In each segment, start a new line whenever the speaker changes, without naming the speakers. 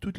Toute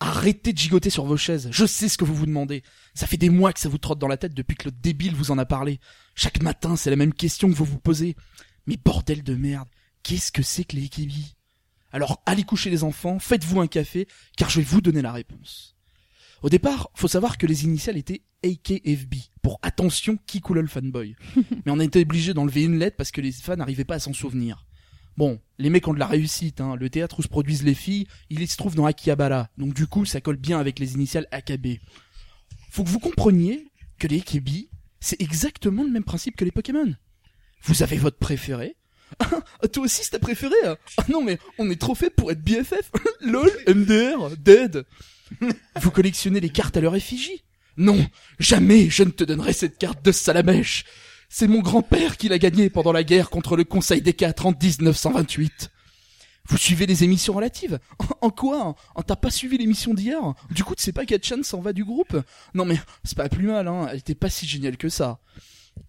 Arrêtez de gigoter sur vos chaises, je sais ce que vous vous demandez. Ça fait des mois que ça vous trotte dans la tête depuis que le débile vous en a parlé. Chaque matin, c'est la même question que vous vous posez. Mais bordel de merde, qu'est-ce que c'est que les ikebis Alors allez coucher les enfants, faites-vous un café, car je vais vous donner la réponse. Au départ, faut savoir que les initiales étaient AKFB, pour attention qui coule le fanboy. Mais on a été obligé d'enlever une lettre parce que les fans n'arrivaient pas à s'en souvenir. Bon, les mecs ont de la réussite, hein. le théâtre où se produisent les filles, il se trouve dans Akihabara, donc du coup ça colle bien avec les initiales AKB. Faut que vous compreniez que les Ikebi, c'est exactement le même principe que les Pokémon. Vous avez votre préféré. Ah, toi aussi c'est ta préférée hein Ah non mais on est trop fait pour être BFF LOL, MDR, Dead Vous collectionnez les cartes à leur effigie Non, jamais je ne te donnerai cette carte de salamèche c'est mon grand-père qui l'a gagné pendant la guerre contre le Conseil des Quatre en 1928. Vous suivez les émissions relatives En, en quoi En T'as pas suivi l'émission d'hier Du coup, tu sais pas qu'Hatchan s'en va du groupe Non mais, c'est pas plus mal, hein. elle était pas si géniale que ça.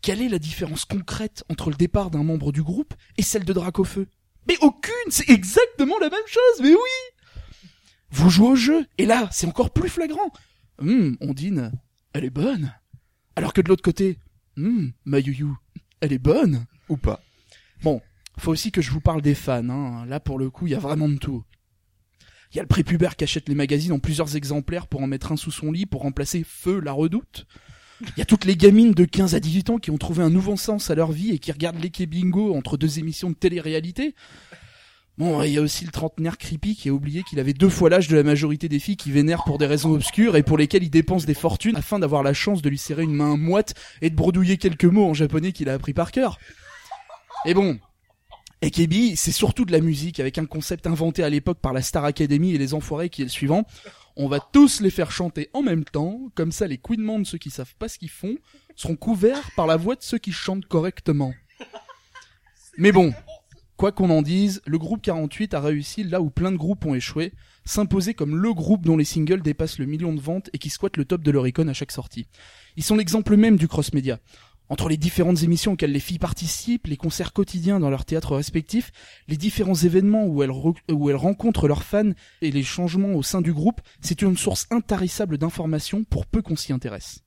Quelle est la différence concrète entre le départ d'un membre du groupe et celle de Dracofeu Mais aucune C'est exactement la même chose, mais oui Vous jouez au jeu, et là, c'est encore plus flagrant Hum, Ondine, elle est bonne Alors que de l'autre côté, Hmm, ma youyou, elle est bonne
Ou pas.
Bon, faut aussi que je vous parle des fans. Hein. Là, pour le coup, il y a vraiment de tout. Il y a le prépubère qui achète les magazines en plusieurs exemplaires pour en mettre un sous son lit pour remplacer Feu la redoute. Il y a toutes les gamines de 15 à 18 ans qui ont trouvé un nouveau sens à leur vie et qui regardent l'équipe bingo entre deux émissions de télé-réalité. Bon, et il y a aussi le trentenaire creepy qui a oublié qu'il avait deux fois l'âge de la majorité des filles qui vénèrent pour des raisons obscures et pour lesquelles il dépense des fortunes afin d'avoir la chance de lui serrer une main moite et de bredouiller quelques mots en japonais qu'il a appris par cœur. Et bon, Ekebi, c'est surtout de la musique avec un concept inventé à l'époque par la Star Academy et les enfoirés qui est le suivant. On va tous les faire chanter en même temps, comme ça les couinements de ceux qui savent pas ce qu'ils font seront couverts par la voix de ceux qui chantent correctement. Mais bon, quoi qu'on en dise, le groupe 48 a réussi là où plein de groupes ont échoué, s'imposer comme le groupe dont les singles dépassent le million de ventes et qui squattent le top de leur icône à chaque sortie. Ils sont l'exemple même du cross-média. Entre les différentes émissions auxquelles les filles participent, les concerts quotidiens dans leurs théâtres respectifs, les différents événements où elles, re- où elles rencontrent leurs fans et les changements au sein du groupe, c'est une source intarissable d'informations pour peu qu'on s'y intéresse.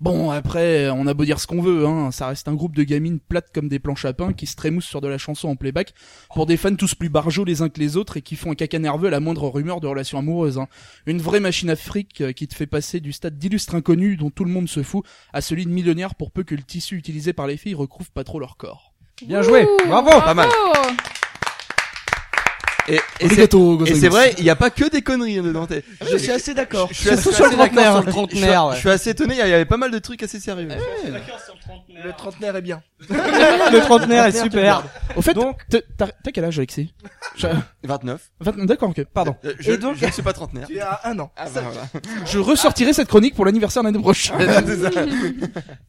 Bon, après, on a beau dire ce qu'on veut, hein, ça reste un groupe de gamines plates comme des planches à pain qui se trémoussent sur de la chanson en playback pour des fans tous plus barjots les uns que les autres et qui font un caca nerveux à la moindre rumeur de relation amoureuse. hein. Une vraie machine à fric euh, qui te fait passer du stade d'illustre inconnu dont tout le monde se fout à celui de millionnaire pour peu que le tissu utilisé par les filles recouvre pas trop leur corps.
Bien joué. Bravo. Pas mal. Et, et c'est
Arigato,
et
gozaimasu.
c'est vrai, il n'y a pas que des conneries hein, dedans. T'es-
Je suis assez d'accord.
Je suis assez,
Surtout
je
sur
suis
le
assez d'accord
trentenaire.
sur le trentenaire. Euh,
Je
Je
suis-
suis assez étonné, il y avait pas mal de trucs assez sérieux.
je- Le trentenaire est bien.
Le trentenaire est
Trentenaire,
super.
Au fait,
Donc-
t'as- t'as t'as quel âge, Alexis Je-
29.
vingt- D'accord, ok, pardon.
Euh, Je,
donc-
je ne suis pas trentenaire.
Tu es à un an.
Ah, bah, voilà.
Je ressortirai cette chronique pour l'anniversaire l'année prochaine.
C'est ça.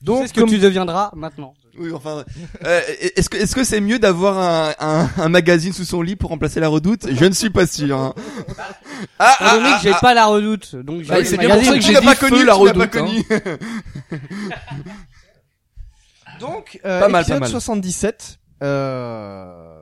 Donc, ce que tu deviendras maintenant.
Oui, enfin, euh, est-ce que est-ce que c'est mieux d'avoir un, un un magazine sous son lit pour remplacer la Redoute Je ne suis pas sûr. hein. Ah,
Étant donné que j'ai pas la redoute, donc j'ai
Bah,
le
c'est bien
magazine.
pour ça que
tu
j'ai
n'as
dit
pas
feu,
connu
la
tu n'as pas
Redoute,
connu.
Donc, euh,
Pas mal,
épisode
pas mal.
77, euh,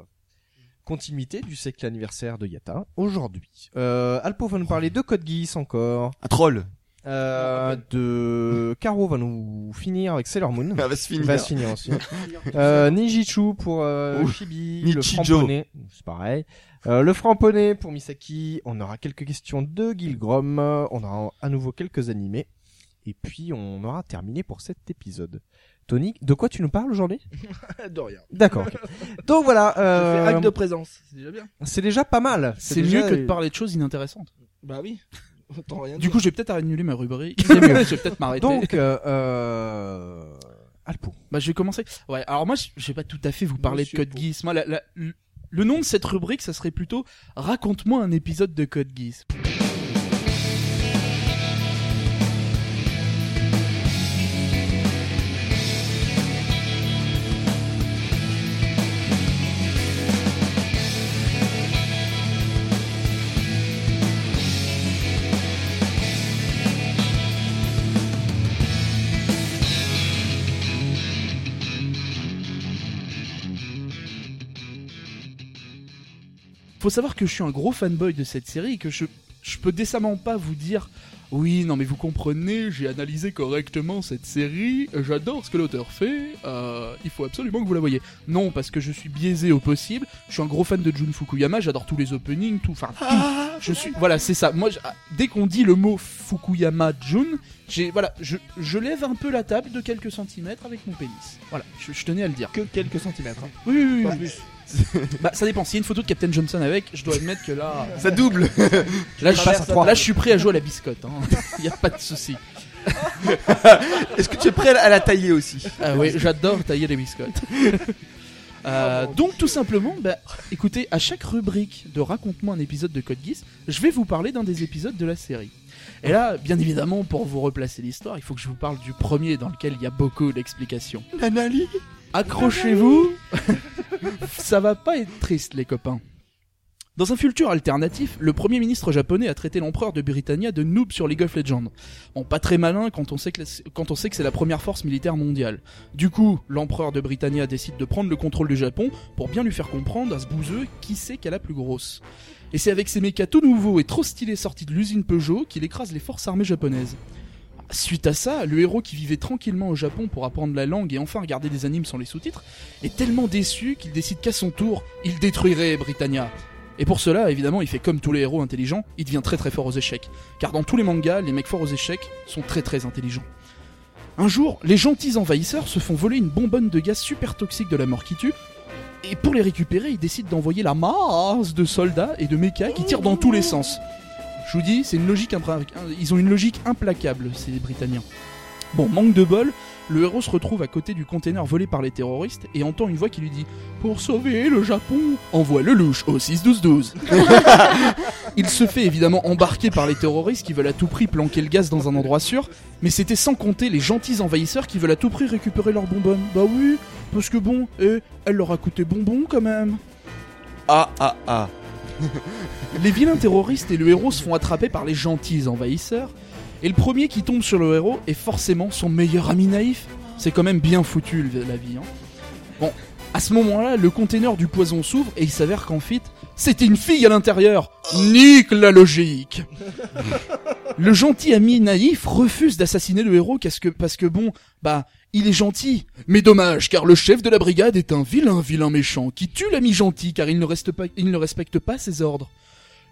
continuité du siècle anniversaire de Yata, aujourd'hui. Euh, Alpo va nous parler de Code Geass encore,
Un Ah, troll.
euh, de Caro va nous finir avec Sailor Moon.
Ah, va se finir.
va se finir aussi. euh, Nijichu pour euh,
Ouh.
Chibi,
Nichijo.
le framponné, c'est pareil. Euh, le framponné pour Misaki, on aura quelques questions de Gilgrom, on aura à nouveau quelques animés, et puis on aura terminé pour cet épisode. Tony, de quoi tu nous parles aujourd'hui
De rien.
D'accord. ok. Donc voilà,
Je
euh,
fais acte de présence, c'est déjà bien.
c'est déjà pas mal.
C'est
déjà-
mieux que de parler de choses inintéressantes.
Bah oui. T'entends rien
Du
dire.
coup, je vais peut-être annuler ma rubrique. je
C'est mieux.
vais peut-être m'arrêter.
Donc, euh, euh, Alpo.
Bah, je vais commencer. Ouais, alors moi, je je vais pas tout à fait vous parler
Monsieur
de Code
Pau.
Geass. Moi, la- la- le- le nom de cette rubrique, ça serait plutôt Raconte-moi un épisode de Code Geass. Faut savoir que je suis un gros fanboy de cette série et que je, je peux décemment pas vous dire oui, non mais vous comprenez, j'ai analysé correctement cette série, j'adore ce que l'auteur fait, euh, il faut absolument que vous la voyez. Non, parce que je suis biaisé au possible, je suis un gros fan de Jun Fukuyama, j'adore tous les openings, tout, enfin tout.
Ah
Je suis, voilà, c'est ça. Moi, je- ah, dès qu'on dit le mot Fukuyama Jun, j'ai, voilà, je, je lève un peu la table de quelques centimètres avec mon pénis. Voilà, je, je tenais à le dire.
que quelques centimètres. hein.
Oui, oui, oui,
Pas
oui.
plus.
Bah, ça dépend. S'il y a une photo de Captain Johnson avec, je dois admettre que là.
Ça double.
Là je,
traverse
là,
la table.
je suis prêt à jouer à la biscotte, hein. y a pas de souci.
Est-ce que tu es prêt à la tailler aussi
Ah oui, j'adore tailler les biscottes. Euh, donc tout simplement, bah, écoutez, à chaque rubrique de raconte-moi un épisode de Code Geass, je vais vous parler d'un des épisodes de la série. Et là, bien évidemment, pour vous replacer l'histoire, il faut que je vous parle du premier dans lequel il y a beaucoup d'explications.
Nanali
Accrochez-vous, ça va pas être triste les copains. Dans un futur alternatif, le premier ministre japonais a traité l'empereur de Britannia de noob sur League of Legends. Bon, pas très malin quand on sait que, la- quand on sait que c'est la première force militaire mondiale. Du coup, l'empereur de Britannia décide de prendre le contrôle du Japon pour bien lui faire comprendre à ce bouseux qui c'est qu'elle a la plus grosse. Et c'est avec ses mechas tout nouveaux et trop stylés sortis de l'usine Peugeot qu'il écrase les forces armées japonaises. Suite à ça, le héros qui vivait tranquillement au Japon pour apprendre la langue et enfin regarder des animes sans les sous-titres est tellement déçu qu'il décide qu'à son tour, il détruirait Britannia. Et pour cela, évidemment, il fait comme tous les héros intelligents, il devient très très fort aux échecs. Car dans tous les mangas, les mecs forts aux échecs sont très très intelligents. Un jour, les gentils envahisseurs se font voler une bonbonne de gaz super toxique de la mort qui tue, et pour les récupérer, ils décident d'envoyer la masse de soldats et de mechas qui tirent dans tous les sens. Je vous dis, c'est une logique impra- ils ont une logique implacable, ces Britanniens. Bon, manque de bol, le héros se retrouve à côté du container volé par les terroristes et entend une voix qui lui dit Pour sauver le Japon, envoie le louche au 6-12-12. Il se fait évidemment embarquer par les terroristes qui veulent à tout prix planquer le gaz dans un endroit sûr, mais c'était sans compter les gentils envahisseurs qui veulent à tout prix récupérer leurs bonbonnes. Bah oui, parce que bon, eh, elle leur a coûté bonbon quand même.
Ah ah ah.
Les vilains terroristes et le héros se font attraper par les gentils envahisseurs, et le premier qui tombe sur le héros est forcément son meilleur ami naïf. C'est quand même bien foutu le- la vie. hein. Bon, à ce moment-là, le conteneur du poison s'ouvre et il s'avère qu'en fait, c'était une fille à l'intérieur. Nique la logique. le gentil ami naïf refuse d'assassiner le héros parce que, parce que bon, bah, il est gentil. Mais dommage, car le chef de la brigade est un vilain, vilain méchant qui tue l'ami gentil car il ne, reste pas, il ne respecte pas ses ordres.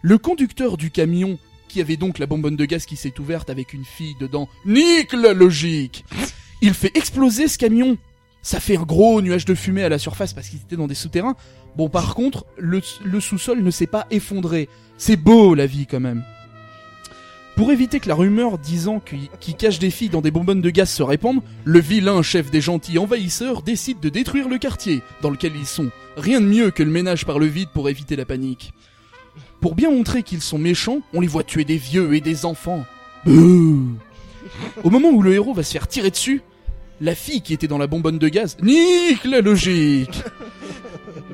Le conducteur du camion, qui avait donc la bonbonne de gaz qui s'est ouverte avec une fille dedans, nique la logique Il fait exploser ce camion Ça fait un gros nuage de fumée à la surface parce qu'il était dans des souterrains. Bon, par contre, le, le sous-sol ne s'est pas effondré. C'est beau la vie quand même. Pour éviter que la rumeur disant qu'il qu'il cache des filles dans des bonbonnes de gaz se répande, le vilain chef des gentils envahisseurs décide de détruire le quartier dans lequel ils sont. Rien de mieux que le ménage par le vide pour éviter la panique. Pour bien montrer qu'ils sont méchants, on les voit tuer des vieux et des enfants. Bouh. Au moment où le héros va se faire tirer dessus, la fille qui était dans la bonbonne de gaz nique la logique.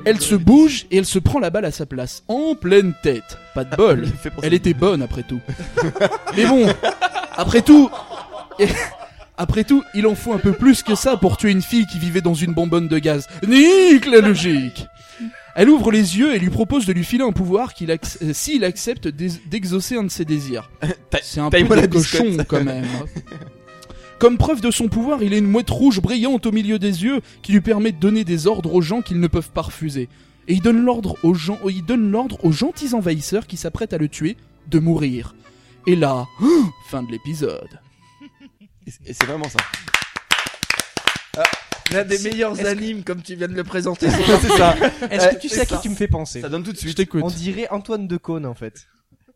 Elle se bouge et elle se prend la balle à sa place, en pleine tête. Pas de bol.
J'ai fait pour
Elle était bonne après tout. Mais bon, après tout, après tout, il en faut un peu plus que ça pour tuer une fille qui vivait dans une bonbonne de gaz. Nique la logique. Elle ouvre les yeux et lui propose de lui filer un pouvoir qu'il acc- euh, s'il accepte d'ex- d'exaucer un de ses désirs.
Euh,
C'est un peu
taille-moi
de
la biscotte.
cochon quand même. Comme preuve de son pouvoir, il a une mouette rouge brillante au milieu des yeux qui lui permet de donner des ordres aux gens qu'ils ne peuvent pas refuser. Et il donne l'ordre aux gens, il donne l'ordre aux gentils envahisseurs qui s'apprêtent à le tuer de mourir. Et là, fin de l'épisode.
Et c'est vraiment ça.
Euh, L'un des
C'est-
meilleurs
est-ce que-
animes, comme tu viens de le présenter. c'est-
c'est ça.
Est-ce
Euh,
que tu sais à qui
ça.
tu me fais penser
Ça donne tout de
Je
suite.
t'écoute.
On dirait Antoine Decaune en fait.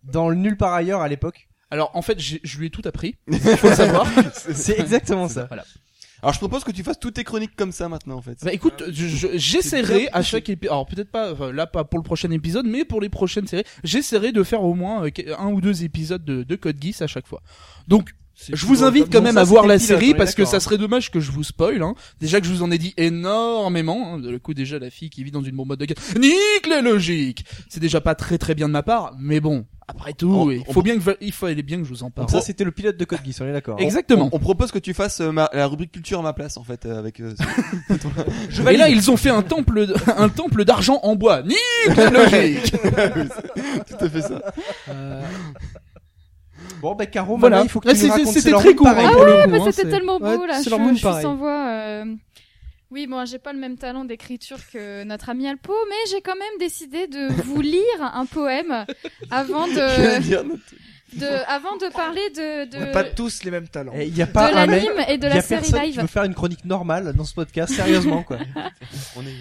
Dans le Nulle part ailleurs à l'époque.
Alors en fait, j'ai- je lui ai tout appris. Faut le savoir.
C'est exactement ça.
Voilà.
Alors je propose que tu fasses toutes tes chroniques comme ça maintenant en fait.
Bah écoute, je- je- j'essaierai à chaque épisode. Alors peut-être pas enfin, là pas pour le prochain épisode, mais pour les prochaines séries, j'essaierai de faire au moins euh, qu- un ou deux épisodes de, de Code Geass à chaque fois. Donc je
euh,
vous invite quand même à voir la série parce que ça serait dommage que je vous spoil. Hein. Déjà que je vous en ai dit énormément. Hein. Le coup déjà la fille qui vit dans une bombe de gaz. Nique les logiques. C'est déjà pas très très bien de ma part, mais bon. Après tout,
On-
il
on-
faut bien que il fallait bien que je vous en parle.
Donc ça, c'était le pilote de Code Geass, on est d'accord. hein.
Exactement.
On propose que tu fasses euh, ma- la rubrique culture à ma place en fait euh, avec. euh,
Et là, ils ont fait un temple, un temple d'argent en bois. Nique les logiques.
Tout à fait ça.
Bon,
ben,
bah, Caro,
Voilà.
voilà. il faut que
Ah,
tu
c'est-
nous racontes.
c'était
C'est leur
très
monde
court,
pareil,
hein.
pour le
Ah
coup,
ouais,
hein,
mais
c'est-
c'était tellement beau
Ouais,
là.
c'est
Je,
leur monde
je suis
pareil.
sans voix. euh, Oui, bon, j'ai pas le même talent d'écriture que notre ami Alpo, mais j'ai quand même décidé de vous lire un poème avant
J'allais
de,
dire, notre-
de, avant de parler de,
On n'a pas
de,
tous les mêmes talents.
Eh, Il n'y a
de
pas un mec.
l'anime et de
Il y
la
a
série
personne qui
live.
veut faire une chronique normale dans ce podcast, sérieusement quoi.
on est-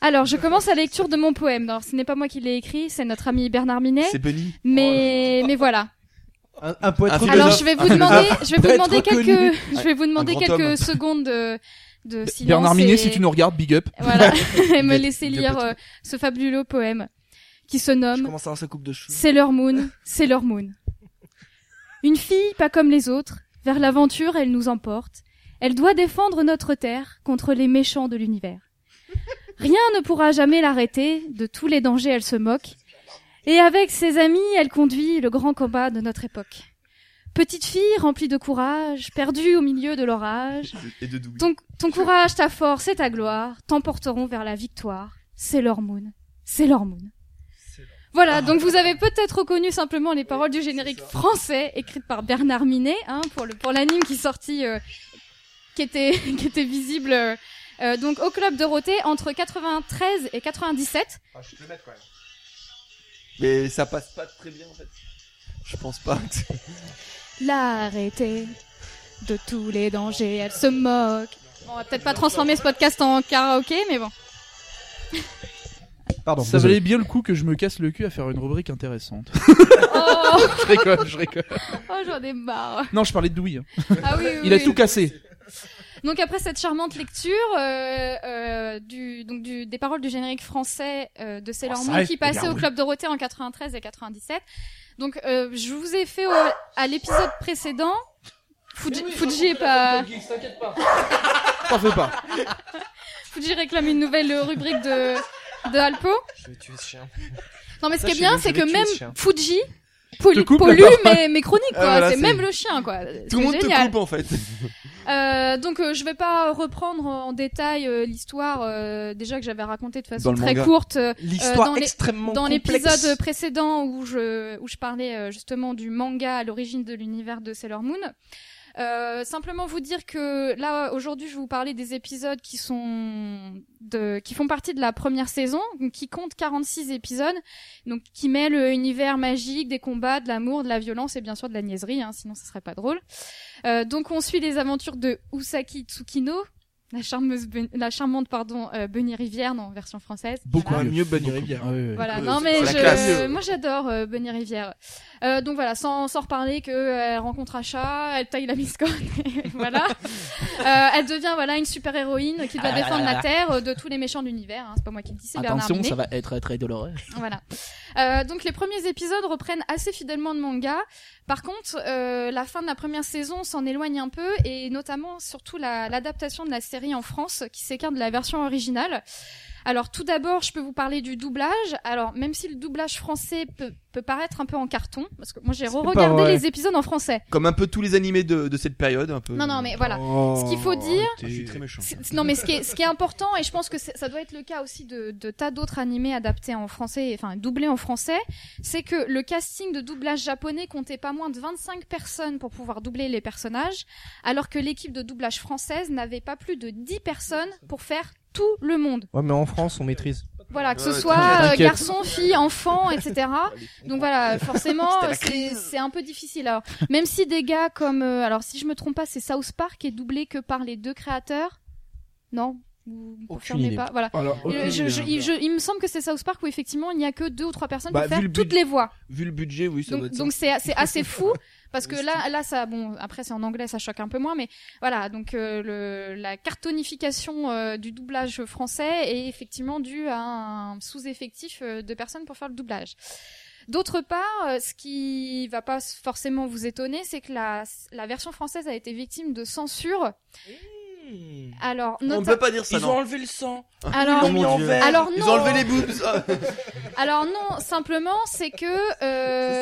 Alors, je commence la lecture de mon poème. Alors, ce n'est pas moi qui l'ai écrit, c'est notre ami Bernard Minet.
C'est Benny.
Mais, mais voilà.
Un, un
Ah,
poète
Un
reconnu.
Alors,
philosophe.
je vais vous demander, je vais vous
Peut-être
demander
reconnu.
quelques, je vais vous demander
grand
quelques
homme.
secondes de, de silence.
Bernard Minet,
et-
si tu nous regardes, big up.
Voilà. et me
Big up,
laisser
big up
lire
à toi.
euh, ce fabuleux poème qui se
Je
nomme
commence à avoir sa coupe de cheveux.
Sailor Moon, Sailor Moon. Une fille pas comme les autres, vers l'aventure elle nous emporte. Elle doit défendre notre terre contre les méchants de l'univers. Rien ne pourra jamais l'arrêter, de tous les dangers elle se moque. Et avec ses amis, elle conduit le grand combat de notre époque. Petite fille remplie de courage, perdue au milieu de l'orage,
Et de Douy.
ton, ton courage, ta force et ta gloire t'emporteront vers la victoire. C'est l'hormone. C'est l'hormone. Voilà, donc vous avez peut-être reconnu simplement les paroles du générique français écrites par Bernard Minet hein, pour le pour l'anime qui sortit, euh, qui était qui était visible euh, euh, donc au club Dorothée entre 93 et 97.
Mais ça passe pas très bien en fait. Je pense pas. que-
L'arrêter de tous les dangers, elle se moque. Bon, on va peut-être pas transformer ce podcast en karaoké, mais bon.
Pardon.
Ça
désolé.
valait bien le coup que je me casse le cul à faire une rubrique intéressante.
Oh,
je rigole, je rigole.
oh, j'en ai marre.
Non, je parlais de Douy. hein.
Ah oui, oui,
Il a
oui.
tout cassé.
Donc après cette charmante lecture euh, euh, du, donc du, des paroles du générique français euh, de Sailor
Oh, ça
Moon
y est,
qui passait au
regarde.
Club Dorothée en 93 et 97. Donc euh, je vous ai fait au- à l'épisode précédent. Fuji, Fuji est pas.
T'en fais pas.
Fuji réclame une nouvelle euh, rubrique de de Alpo.
Je vais tuer ce chien.
Non mais ce
Ça,
qui est
je
bien
vais-
c'est
je vais
que
tuer
même
ce chien.
Fuji pollu-
Te coupe la
pollue
parole.
mes, mes chroniques quoi.
Ah, voilà,
c'est
c'est-
même le chien quoi. C'est
Tout le monde
génial.
te coupe en fait.
Euh, donc euh, je vais pas reprendre en détail euh, l'histoire euh, déjà que j'avais racontée de
Dans
façon
le
très
manga.
courte euh,
L'histoire
dans les-
extrêmement
dans
complexe.
l'épisode précédent où je où je parlais euh, justement du manga à l'origine de l'univers de Sailor Moon. Euh, simplement vous dire que là aujourd'hui je vais vous parler des épisodes qui sont de qui font partie de la première saison qui compte 46 épisodes donc qui mêle euh, univers magique des combats de l'amour de la violence et bien sûr de la niaiserie hein, sinon ce serait pas drôle euh, donc on suit les aventures de Usaki Tsukino, la charmeuse, Bun- la charmante pardon, euh, Bunny Rivière non, en version française.
Beaucoup
Voilà.
Ah,
mieux.
mieux Bunny
Beaucoup.
Rivière.
Ah ouais, ouais.
Voilà,
Euh,
non
c'est-
mais
c'est la
je...
classe.
moi j'adore euh, Bunny Rivière. Euh, donc voilà, sans, sans reparler que euh, elle rencontre un chat, elle taille la misconne, et voilà. Euh, elle devient voilà une super héroïne qui
Ah
doit défendre la terre euh, de tous les méchants de l'univers. hein. C'est pas moi qui le dis, c'est Bernard
Attention,
Minet.
ça va être très, très douloureux.
Voilà. Euh, donc les premiers épisodes reprennent assez fidèlement le manga. Par contre, euh, la fin de la première saison s'en éloigne un peu et notamment surtout la- l'adaptation de la série en France qui s'écarte de la version originale. Alors tout d'abord, je peux vous parler du doublage. Alors même si le doublage français peut, peut paraître un peu en carton, parce que moi j'ai re-regardé
vrai.
les épisodes en français.
Comme un peu tous les animés de, de cette période. Un peu.
Non, non, mais voilà. Ce qu'il faut dire,
Ah, je suis très méchant.
C'est- Non, mais ce qui est, ce qui est important, et je pense que c'est- ça doit être le cas aussi de, de tas d'autres animés adaptés en français, enfin doublés en français, c'est que le casting de doublage japonais comptait pas moins de 25 personnes pour pouvoir doubler les personnages, alors que l'équipe de doublage française n'avait pas plus de 10 personnes pour faire tout le monde.
Ouais, mais en France, on maîtrise.
Voilà, que ce
Ouais,
soit euh,
t'inquiète.
garçon, fille, enfant, etc. Donc voilà, forcément, c'est c'est un peu difficile. Alors, même si des gars comme, euh, alors si je me trompe pas, c'est South Park qui est doublé que par les deux créateurs. Non, vous ne confirmez
idée.
pas. Voilà.
Alors,
Euh,
aucune
je-
idée,
je-
hein.
il, je- il me semble que c'est South Park où effectivement il n'y a que deux ou trois personnes
Bah,
pour faire
vu le
toutes
budget-
les voix.
Vu le budget, oui, ça doit
Donc
être
donc c'est c'est assez fou Parce que là, là, ça, bon, après c'est en anglais, ça choque un peu moins, mais voilà, donc euh, le, la cartonification euh, du doublage français est effectivement due à un sous-effectif euh, de personnes pour faire le doublage. D'autre part, euh, ce qui va pas s- forcément vous étonner, c'est que la, la version française a été victime de censure. Alors,
On ne
nota-
peut pas dire ça,
Ils ont
non.
enlevé le sang.
alors,
Oh mon
mis en
Dieu.
vert.
alors Ah, non,
Ils ont enlevé les boobs. Ah.
alors non, simplement c'est que euh,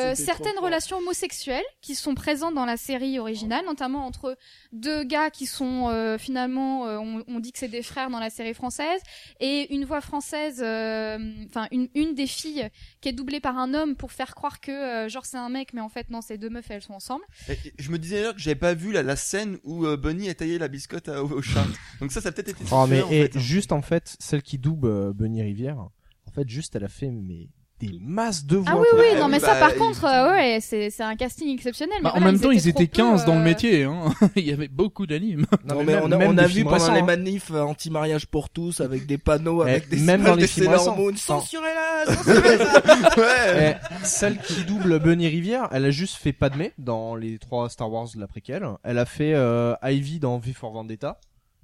Ça, c'était trop
certaines
fort.
relations homosexuelles qui sont présentes dans la série originale, notamment entre deux gars qui sont euh, finalement, euh, on, on dit que c'est des frères dans la série française, et une voix française, euh, enfin une, une des filles qui est doublée par un homme pour faire croire que euh, genre c'est un mec, mais en fait non, c'est deux meufs, et elles sont ensemble.
Et Je me disais d'ailleurs que j'avais pas vu la, la scène où euh, Bunny a taillé la biscotte à- au, au chat. Donc ça, ça a peut-être été.
Oh, mais
fait, en
et
fait, hein.
juste en fait, celle qui double euh, Bunny Rivière, en fait, juste elle a fait mais des masses de voix.
Ah oui
quoi. Eh,
oui,
bah,
non mais
bah,
ça par
ils-
contre, euh, ouais, c'est c'est un casting exceptionnel.
Bah,
mais
en
voilà,
même temps, ils étaient
trop peu,
15 dans le
euh,
métier. Hein. Il y avait beaucoup d'animes.
Non, mais, on a,
même
on
des
a vu
films
pendant
récents,
les
hein.
manifs euh, anti-mariage pour tous avec des panneaux,
Eh,
avec des
même
images
dans les
de
films
Sailor
récents.
Moon.
Enfin.
Censurez-la
Ouais.
Eh, celle qui double Bunny Rivière, elle a juste fait Padmé dans les trois Star Wars de la préquelle. Elle a fait euh, Ivy dans V for Vendetta.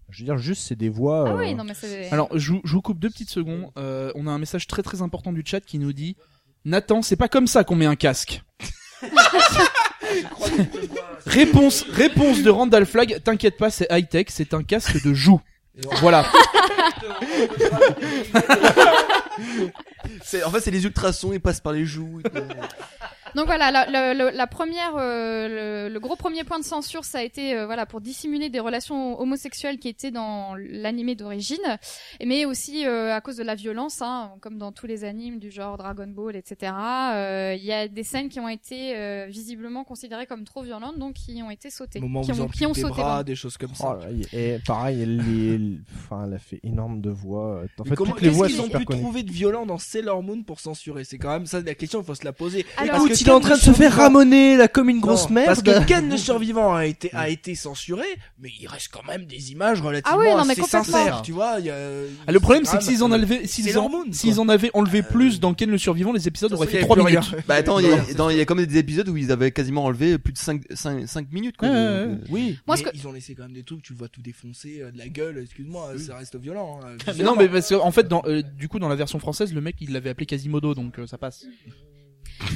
Je veux dire, juste c'est des voix.
Ah
euh,
oui, non mais c'est.
Alors, je, vous- je vous coupe deux petites secondes. Euh, on a un message très très important du chat qui nous dit Nathan, c'est pas comme ça qu'on met un casque. réponse, réponse de Randall Flag. T'inquiète pas, c'est high tech, c'est un casque de joue. Voilà.
C'est- En fait, c'est les ultrasons, ils passent par les joues. et tout.
Donc voilà, la, la- la- la première, euh, le, le gros premier point de censure, ça a été euh, voilà pour dissimuler des relations homosexuelles qui étaient dans l'animé d'origine, mais aussi euh, à cause de la violence, hein, comme dans tous les animes du genre Dragon Ball, etc. euh, Il y a des scènes qui ont été euh, visiblement considérées comme trop violentes, donc qui ont été sautées,
Moment où
qui
ils
ont,
ont
qui ont
des
sauté.
bras,
pardon.
des choses comme ça.
Oh là, il- et pareil, elle, les- elle- enfin, elle a fait énorme de voix. euh, En
Mais
fait,
comment-
toutes les
qu'est-ce
voix
qu'ils
sont
ont
super
pu
connues.
trouver de violent dans Sailor Moon pour censurer C'est quand même ça la question, il faut se la poser.
Alors-
Parce que
Écoute,
Ken le survivant-
ramonner là comme une
Non, Parce que Ken le survivant a été
Mm.
a été censuré, mais il reste quand même des images relativement
Ah oui, non, mais
assez
complètement.
sincères, tu vois. il Y a,
Ah, le problème, c'est
quand
que s'ils en
même-
avaient, s'ils
Sailor
en,
Moon,
s'ils
quoi. Ah,
en avaient enlevé plus dans Ken le survivant, les épisodes
Ça
auraient fait
serait
3
plus
minutes.
rien.
Bah attends, il y, a- dans- il y a quand même des épisodes où ils avaient quasiment enlevé plus de 5, 5, minutes. Quoi,
Ouais,
Donc,
ouais,
euh,
Oui,
Moi,
Moi,
ce que-
ils ont laissé quand même des trucs, tu le vois tout défoncer euh, de la gueule, excuse-moi, euh, ça reste violent. hein,
Mais
visuellement.
non, mais parce que, en fait, dans, euh, du coup, dans la version française, le mec, il l'avait appelé Quasimodo, donc euh, ça passe.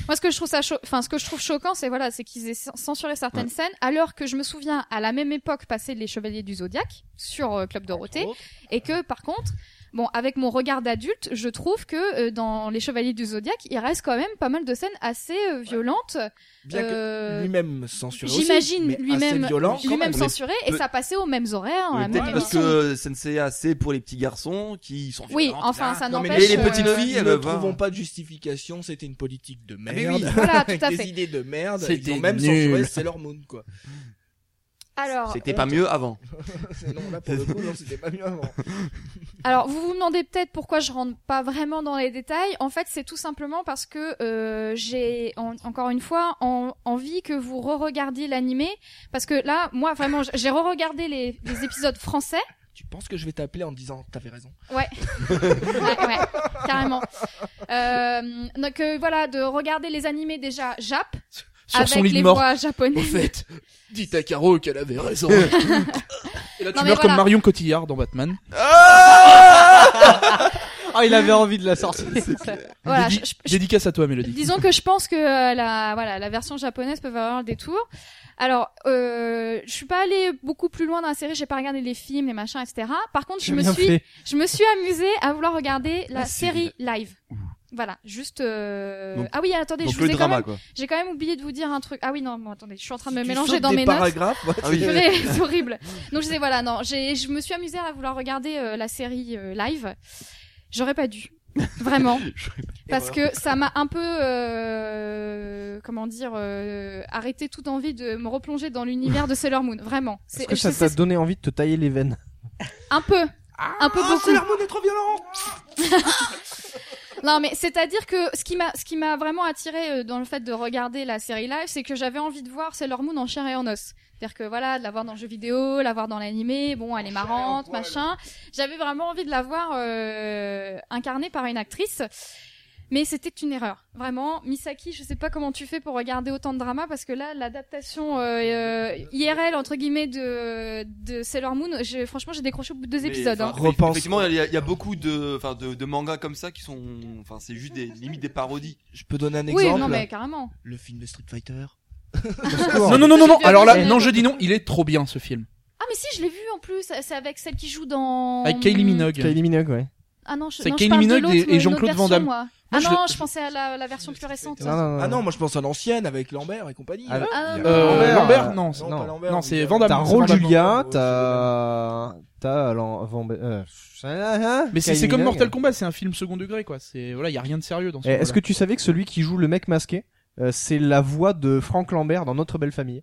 Moi, ce que je trouve ça, cho- enfin, ce que je trouve choquant, c'est voilà, c'est qu'ils aient cen- censuré certaines scènes, alors que je me souviens à la même époque passer les Chevaliers du Zodiaque sur euh, Club Dorothée, et que par contre, bon, avec mon regard d'adulte, je trouve que euh, dans les Chevaliers du Zodiaque, il reste quand même pas mal de scènes assez euh, violentes.
Bien que
euh,
lui-même censuré aussi,
J'imagine
mais assez
lui-même
violent quand
lui-même
même.
censuré et
Peut-
ça passait aux mêmes horaires, à la même
Peut-être parce
émission.
que SNCA c'est pour les petits garçons qui sont
Oui,
violents,
enfin ça
Non, mais
n'empêche.
les- les
euh,
petites filles,
Nous
elles
ne
vont-
trouvons pas de justification, c'était une politique de
Ah,
merde.
mais oui.
Voilà, tout
avec
à
des
fait.
idées de merde, ils
C'était
ont même
nul.
censuré Sailor Moon quoi.
Alors, euh,
C'était pas mieux avant.
non, là pour le coup, non, c'était pas mieux avant.
Alors, vous vous demandez peut-être pourquoi je rentre pas vraiment dans les détails. En fait, c'est tout simplement parce que euh, j'ai en- encore une fois en- envie que vous re-regardiez l'animé parce que là, moi vraiment, j- j'ai re-regardé les, les épisodes français.
Tu penses que je vais t'appeler en disant t'avais raison
Ouais, ouais, carrément. Euh, donc euh, voilà, de regarder les animés déjà Jap
Sur
avec
son lit
les
de mort.
voix japonaises.
Au fait, dites à Caro qu'elle avait raison. Et là, tu
Non, mais
meurs comme
voilà.
Marion Cotillard dans Batman.
Ah, il avait envie de la sortir.
Voilà,
Dédi-
je- je-
Dédicace à toi, Mélodie.
Disons que je pense que euh, la voilà la version japonaise peut avoir le détour. Alors, euh, je suis pas allée beaucoup plus loin dans la série, j'ai pas regardé les films, les machins, etc. Par contre, je me suis, je me suis amusée à vouloir regarder
Ah,
la,
La
série
série.
live. Voilà, juste. euh,
Donc-
ah oui, attendez,
Donc
je vous
le
ai quand
drama
même,
quoi.
j'ai quand même oublié de vous dire un truc. Ah oui, non, bon, attendez, je suis en train de me
Tu
mélanger
sautes
dans
des
mes notes.
paragraphes. moi,
Ah oui.
Purée, c'est horrible. Donc je disais voilà, non, j'ai, je me suis amusée à vouloir regarder euh, la série euh, live. J'aurais pas dû, vraiment, parce que ça m'a un peu, euh, comment dire, euh, arrêté toute envie de me replonger dans l'univers de Sailor Moon. Vraiment,
Est-ce
c'est
que
je
ça
sais
t'a
ce-
donné envie de te tailler les veines
un peu, un peu beaucoup.
Sailor Moon est trop violent.
Non, mais c'est-à-dire que ce qui m'a, ce qui m'a vraiment attiré euh, dans le fait de regarder la série live, c'est que j'avais envie de voir Sailor Moon en chair et en os. C'est-à-dire que voilà, de la voir dans le jeu vidéo, la voir dans l'animé, bon, elle est marrante, machin. J'avais vraiment envie de la voir euh, incarnée par une actrice. Mais c'était une erreur, vraiment. Misaki, je sais pas comment tu fais pour regarder autant de drama parce que là, l'adaptation euh, euh, IRL entre guillemets de, de Sailor Moon, j'ai- franchement, j'ai décroché au bout de deux
Mais,
épisodes.
enfin,
hein.
eff-
Repense.
Effectivement, il y, a- il y a beaucoup de, enfin, de, de mangas comme ça qui sont, enfin, c'est juste des limites des parodies.
Je peux donner un
Oui,
exemple
non mais carrément.
Le film de Street Fighter.
Non, non, non, non, non. Alors là,
Bien.
non, je dis non, il est trop bien ce film.
Ah mais si, je l'ai vu en plus. C'est avec celle qui joue dans. hmm,
Avec Kylie Minogue.
Kylie Minogue, ouais.
Ah non, je,
C'est
non, je
Kylie
parle de
Minogue
l'autre,
et- et
une autre
Jean-Claude Van
version,
Damme.
moi.
Moi,
Ah
je
non,
le-
je pensais à la, la version plus récente.
Non, non, non.
Ah non, moi je pense à l'ancienne avec Lambert et compagnie.
Ah,
Ah, non,
Euh,
non.
Lambert.
Lambert, non. c'est-
Non, pas Lambert,
Non,
mais
c'est
t'as-
Van Damme.
T'as
Bah, c'est
Raoul
Van Damme.
Julia,
Damme.
t'as. T'as. Alan Van- euh, hein,
Mais c'est
Kylie
c'est comme
Minogue.
Mortal Kombat, c'est un film second degré, quoi. C'est, voilà, y a rien de sérieux dans ce
Eh, Est-ce que
film-là.
tu savais que celui qui joue le mec masqué, euh, c'est la voix de Franck Lambert dans Notre Belle Famille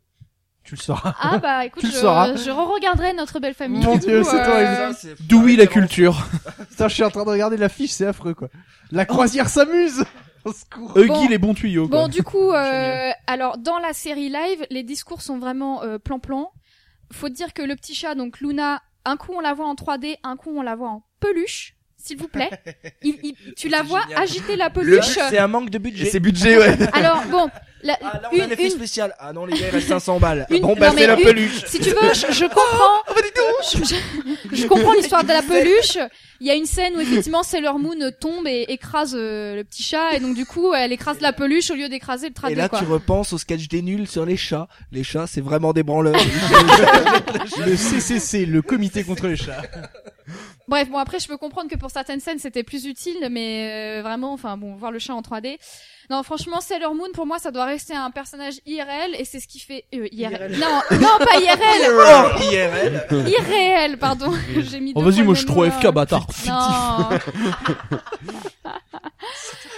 Tu le sauras.
Ah bah écoute,
Tu le
je,
sauras.
je re-regarderai notre belle famille.
Mon
Du
Dieu,
coup,
c'est toi,
euh,
D'où la culture.
Putain, je suis en train de regarder l'affiche, c'est affreux quoi. La croisière s'amuse Au secours
Euguy, les bons tuyaux, quoi.
Bon, du coup, euh, alors dans la série live, les discours sont vraiment euh, plan-plan. Faut dire que le petit chat, donc Luna, un coup on la voit en 3D, un coup on la voit en peluche, s'il vous plaît. Il- il- tu la
C'est
vois
génial.
agiter la
Le
peluche.
but, c'est un manque de
Et
budget.
c'est budget, ouais.
Alors bon, la-
Ah là, on a un
une,
effet
une-
spécial. Ah non, les gars, il reste 500 balles.
une-
Bon, bah,
non,
c'est la
mais une-
peluche.
Si tu veux, je, je comprends.
Oh,
je, je- je comprends l'histoire de la peluche. Il y a une scène où effectivement Sailor Moon tombe et écrase euh, le petit chat et donc du coup elle écrase la peluche au lieu d'écraser le
Et
traduit.
là,
quoi.
tu repenses au sketch des nuls sur les chats. Les chats, c'est vraiment des branleurs.
Le CCC, le comité contre les chats.
Bref, bon après je peux comprendre que pour certaines scènes c'était plus utile, mais euh, vraiment, enfin bon, voir le chat en 3D. Non, franchement, Sailor Moon pour moi ça doit rester un personnage IRL et c'est ce qui fait euh, IRL. Non, non pas IRL,
Oh, IRL.
irréel, pardon. J'ai mis.
Oh,
deux
vas-y,
fois
moi,
le
je suis
même
trop
mot,
FK,
hein.
bâtard.
Non.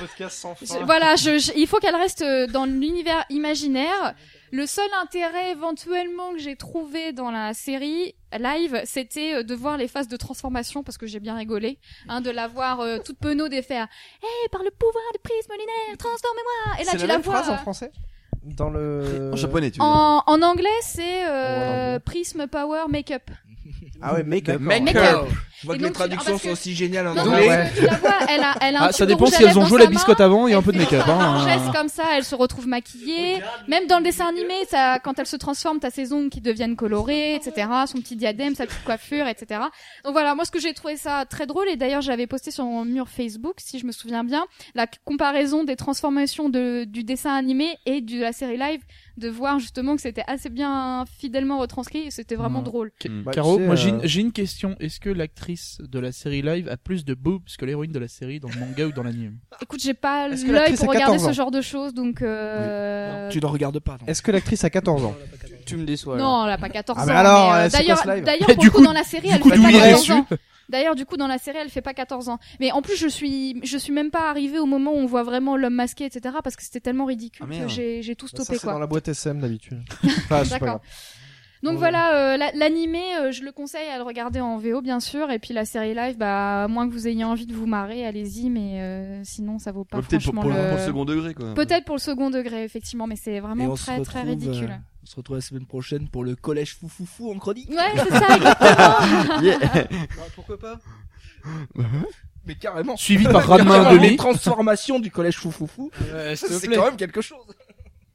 Podcast sans
Je- voilà, je- je- il faut qu'elle reste euh, dans l'univers imaginaire. Le seul intérêt éventuellement que j'ai trouvé dans la série live, c'était euh, de voir les phases de transformation parce que j'ai bien rigolé, hein, de la voir euh, toute penaude et faire "Eh, par le pouvoir du prisme lunaire, transformez-moi." Et là
C'est
tu la,
la même
vois
phrase en
euh,
français Dans le.
En japonais, tu veux.
en, en anglais, c'est
Oh, en
euh,
anglais.
Prism Power Makeup.
Ah ouais, make-up.
Make-up.
Make-up.
Je vois
Et
que
donc,
les
ah,
traductions
parce
sont
que-
aussi géniales en
Non,
Donc,
anglais.
parce que
ouais.
tu la vois, elle a, elle a un
Ah,
tube
ça
de
dépend
rouge à
si elles
lèvres
ont
dans
joué
sa
la biscotte
main.
avant, il y a un peu de
Elle fait
make-up,
un geste
hein.
comme ça, elle se retrouve maquillée. Même dans le dessin animé, ça, quand elle se transforme, t'as ses ongles qui deviennent colorés, etc. Son petit diadème, sa petite coiffure, etc. Donc voilà, moi ce que j'ai trouvé ça très drôle, et d'ailleurs j'avais posté sur mon mur Facebook, si je me souviens bien, la comparaison des transformations de, du dessin animé et de la série live, de voir justement que c'était assez bien fidèlement retranscrit, et c'était vraiment
Ouais.
drôle.
Bah,
Caro,
tu sais,
moi j'ai
euh,
une- j'ai une question. Est-ce que l'actrice de la série live a plus de boobs que l'héroïne de la série dans le manga ou dans l'anime
Écoute, j'ai pas
Est-ce que
l'œil
l'actrice
pour
a
regarder
14 ans
ce genre de choses, donc... Euh...
Tu ne regardes pas. non.
Est-ce que l'actrice a 14 ans
Tu me déçois. là.
Non, elle a pas 14
Ah,
ans.
mais alors,
mais, euh,
euh,
d'ailleurs,
séquence live.
d'ailleurs,
Et
pour
du
le coup,
coup-
dans la série,
du
elle
coup,
fait
d'où
pas
il est
14
déçu
ans. D'ailleurs, du coup, dans la série, elle fait pas 14 ans. Mais en plus, je suis, je suis même pas arrivée au moment où on voit vraiment l'homme masqué, etc. Parce que c'était tellement ridicule
Ah, merde.
que j'ai, j'ai tout
Ça,
stoppé,
c'est dans
quoi.
la boîte SM d'habitude. Enfin, c'est pas
D'accord.
grave.
Donc
Ouais.
voilà, euh, la- l'animé, euh, je le conseille à le regarder en VO, bien sûr. Et puis la série live, bah, à moins que vous ayez envie de vous marrer, allez-y. Mais euh, sinon, ça vaut pas
Ouais, Peut-être pour,
franchement
pour le... pour le
le.
second degré, quoi.
Peut-être pour le second degré, effectivement, mais c'est
Et
vraiment
on se
très
retrouve.
très ridicule.
euh, On se retrouve la semaine prochaine pour le collège foufoufou en chronique.
Ouais, c'est ça, exactement.
Yeah.
pourquoi pas Mais carrément.
Suivi par Radma
Carrément, Les
Demi.
transformations du collège foufoufou, c'est quand même quelque chose.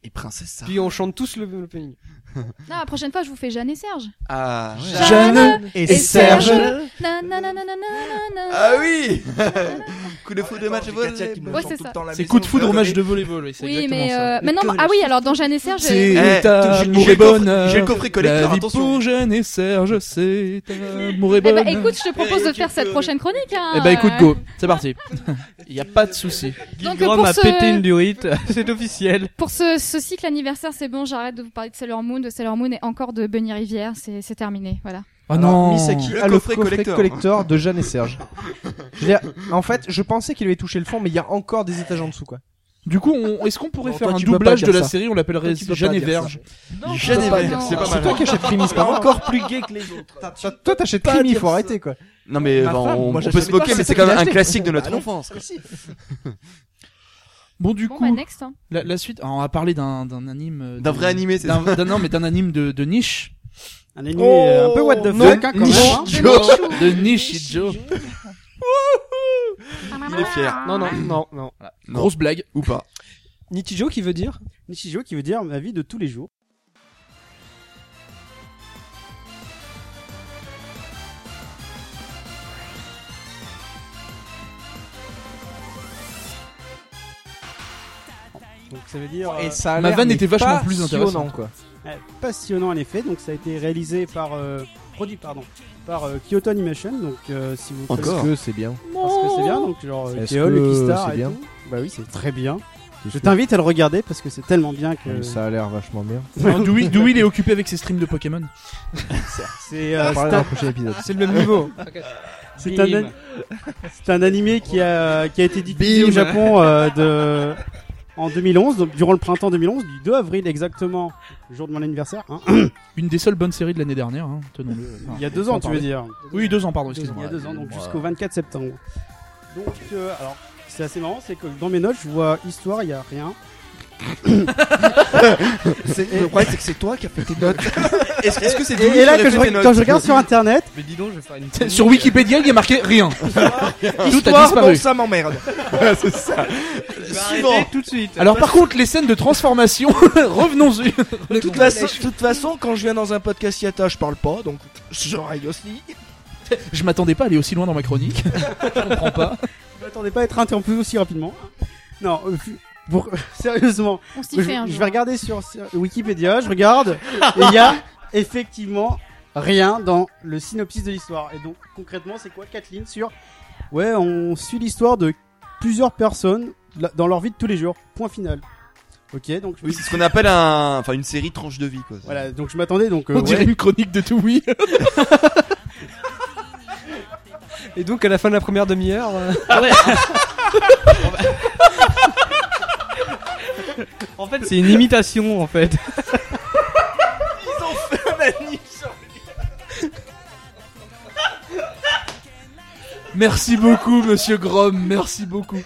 Et princesse Sarah.
Puis on chante tous le même opening.
non, la prochaine fois, je vous fais Jeanne et Serge.
Ah, ouais.
Jeanne
et
Serge.
Serge.
Na, na, na, na, na, na, na.
Ah oui Coup de foudre de match
Attends, j'ai Katia
volé.
qui me
Ouais,
chante
c'est
tout
ça.
le temps la
C'est
maison.
coup de foudre au
Ouais,
match
ouais.
de volleyball, oui, c'est
Oui,
exactement
mais,
ça.
euh, mais non, mais- ah oui, alors dans Jeanne et Serge,
C'est
euh,
Eh,
amour
j'ai le
et
coffre-
bonheur.
j'ai le coffret collecteur,
La vie
attention.
pour Jeanne et Serge, c'est amour et
eh ben,
bonheur.
écoute, je te propose
Eh,
de
tu
faire cette
peux-
prochaine chronique. Hein,
Eh ben écoute,
euh.
go, c'est parti. Il y a pas de souci.
Donc,
Guilgram
pour
a
ce-
pété une durite, c'est officiel.
Pour ce, ce cycle anniversaire, c'est bon, j'arrête de vous parler de Sailor Moon, de Sailor Moon et encore de Bunny Rivière, c'est c'est terminé, voilà.
Oh
Alors,
non.
Misaki
Ah, Le
a le
coffret
coffret collector.
collector.
de Jeanne et Serge. Je veux dire, en fait, je pensais qu'il avait touché le fond, mais il y a encore des étages en dessous, quoi.
Du coup, on- est-ce qu'on pourrait
Non,
faire
toi,
un
tu peux pas
doublage
dire
de la
ça.
série On l'appellerait
Toi, tu peux pas
Jeanne et
dire ça.
Verge.
Jeanne et
pas
Verge,
dire
c'est
ça.
pas
C'est
mal.
toi qui achètes Primis, pas moi.
encore plus gay que les autres.
T'as- t'as- Toi, t'achètes Primis, faut arrêter, quoi.
Non mais
Ma
bon,
femme,
on,
moi,
on peut
j'achète
se
pas,
moquer,
c'est
mais c'est
toi
quand
qui
même un
l'achètes.
classique de notre
Bah non.
enfance.
Bon du
Bon,
coup,
bah, next. Hein.
la, la suite. alors, on va parler d'un d'un anime. euh,
D'un
de-
vrai animé, c'est
d'un- d'un- Non, mais d'un anime de, de niche.
Un anime
Oh,
euh, un peu what the
non,
fuck hein, quand
niche.
même. hein.
Joe.
De niche, Joe.
Il est fier.
Non, non, non, non.
Voilà. Non.
Grosse blague.
Ou pas.
Nitijo qui veut dire
Nichijou qui veut dire ma vie de tous les jours.
Donc ça veut dire euh,
Et ça a
Ma
l'air,
vanne
mais
était vachement
pas
plus
sillonnant,
intéressante.
quoi.
Euh, passionnant en effet. Donc ça a été réalisé par euh, produit pardon par euh, Kyoto Animation. Donc euh, si vous
Encore.
Parce que c'est bien.
parce que c'est bien donc genre euh,
Est-ce
Keol,
que
Lucky Star
c'est
et
bien
tout. Bah oui c'est très bien. Je
Juste-
t'invite à le regarder parce que c'est tellement bien que
Mais Euh, Ça a l'air vachement bien.
Non, Dewey, Dewey, il est occupé avec ses streams de Pokémon.
c'est
On
euh,
en parlera dans le prochain épisode.
c'est le même niveau.
c'est un an- c'est un animé qui a qui a été diffusé
Bim.
au Japon euh, de en 2011 donc durant le printemps 2011 du 2 avril exactement le jour de mon anniversaire hein.
Une des seules bonnes séries de l'année dernière, hein, tenons-le. Enfin,
il y a deux
faut en
ans tu veux
parler.
dire
Oui, deux ans, pardon,
Il y
excusez-moi.
a deux ans, donc jusqu'au 24 septembre. Donc, euh, alors, c'est assez marrant, c'est que dans mes notes, je vois histoire, il n'y a rien.
Le problème, c'est que c'est toi qui as fait tes notes.
Est-ce est-ce que c'est
Et,
Dewey
et
qui
là,
a
que
fait
je,
tes
re-
notes
quand je regarde sur internet,
Mais dis donc, je vais faire une.
Sur Wikipédia, il y a marqué rien. Tout a
Histoire,
disparu.
bon, ça m'emmerde.
c'est ça.
Suivant. tout de suite.
Alors par contre, les scènes de transformation, revenons-y.
De toute, façon, de toute façon, quand je viens dans un podcast Yata, je parle pas, donc genre Yosli.
Je m'attendais pas à aller aussi loin dans ma chronique. Je comprends pas.
je m'attendais pas à être interrompu aussi rapidement. Non, euh, pour- sérieusement,
On s'y
je,
fait un
je
jour.
vais regarder sur, sur Wikipédia, je regarde, et il y a effectivement rien dans le synopsis de l'histoire. Et donc, concrètement, c'est quoi quatre lignes sur Ouais, on suit l'histoire de plusieurs personnes la- dans leur vie de tous les jours. Point final. Ok, donc je me
Oui, c'est ce qu'on appelle un, enfin une série tranche de vie quoi.
Voilà, donc je m'attendais donc. euh,
On
ouais.
dirait une chronique de Dewey.
Et donc à la fin de la première demi-heure. euh,
Ah
en fait, c'est une imitation en fait.
Merci beaucoup, monsieur Grom. Merci beaucoup.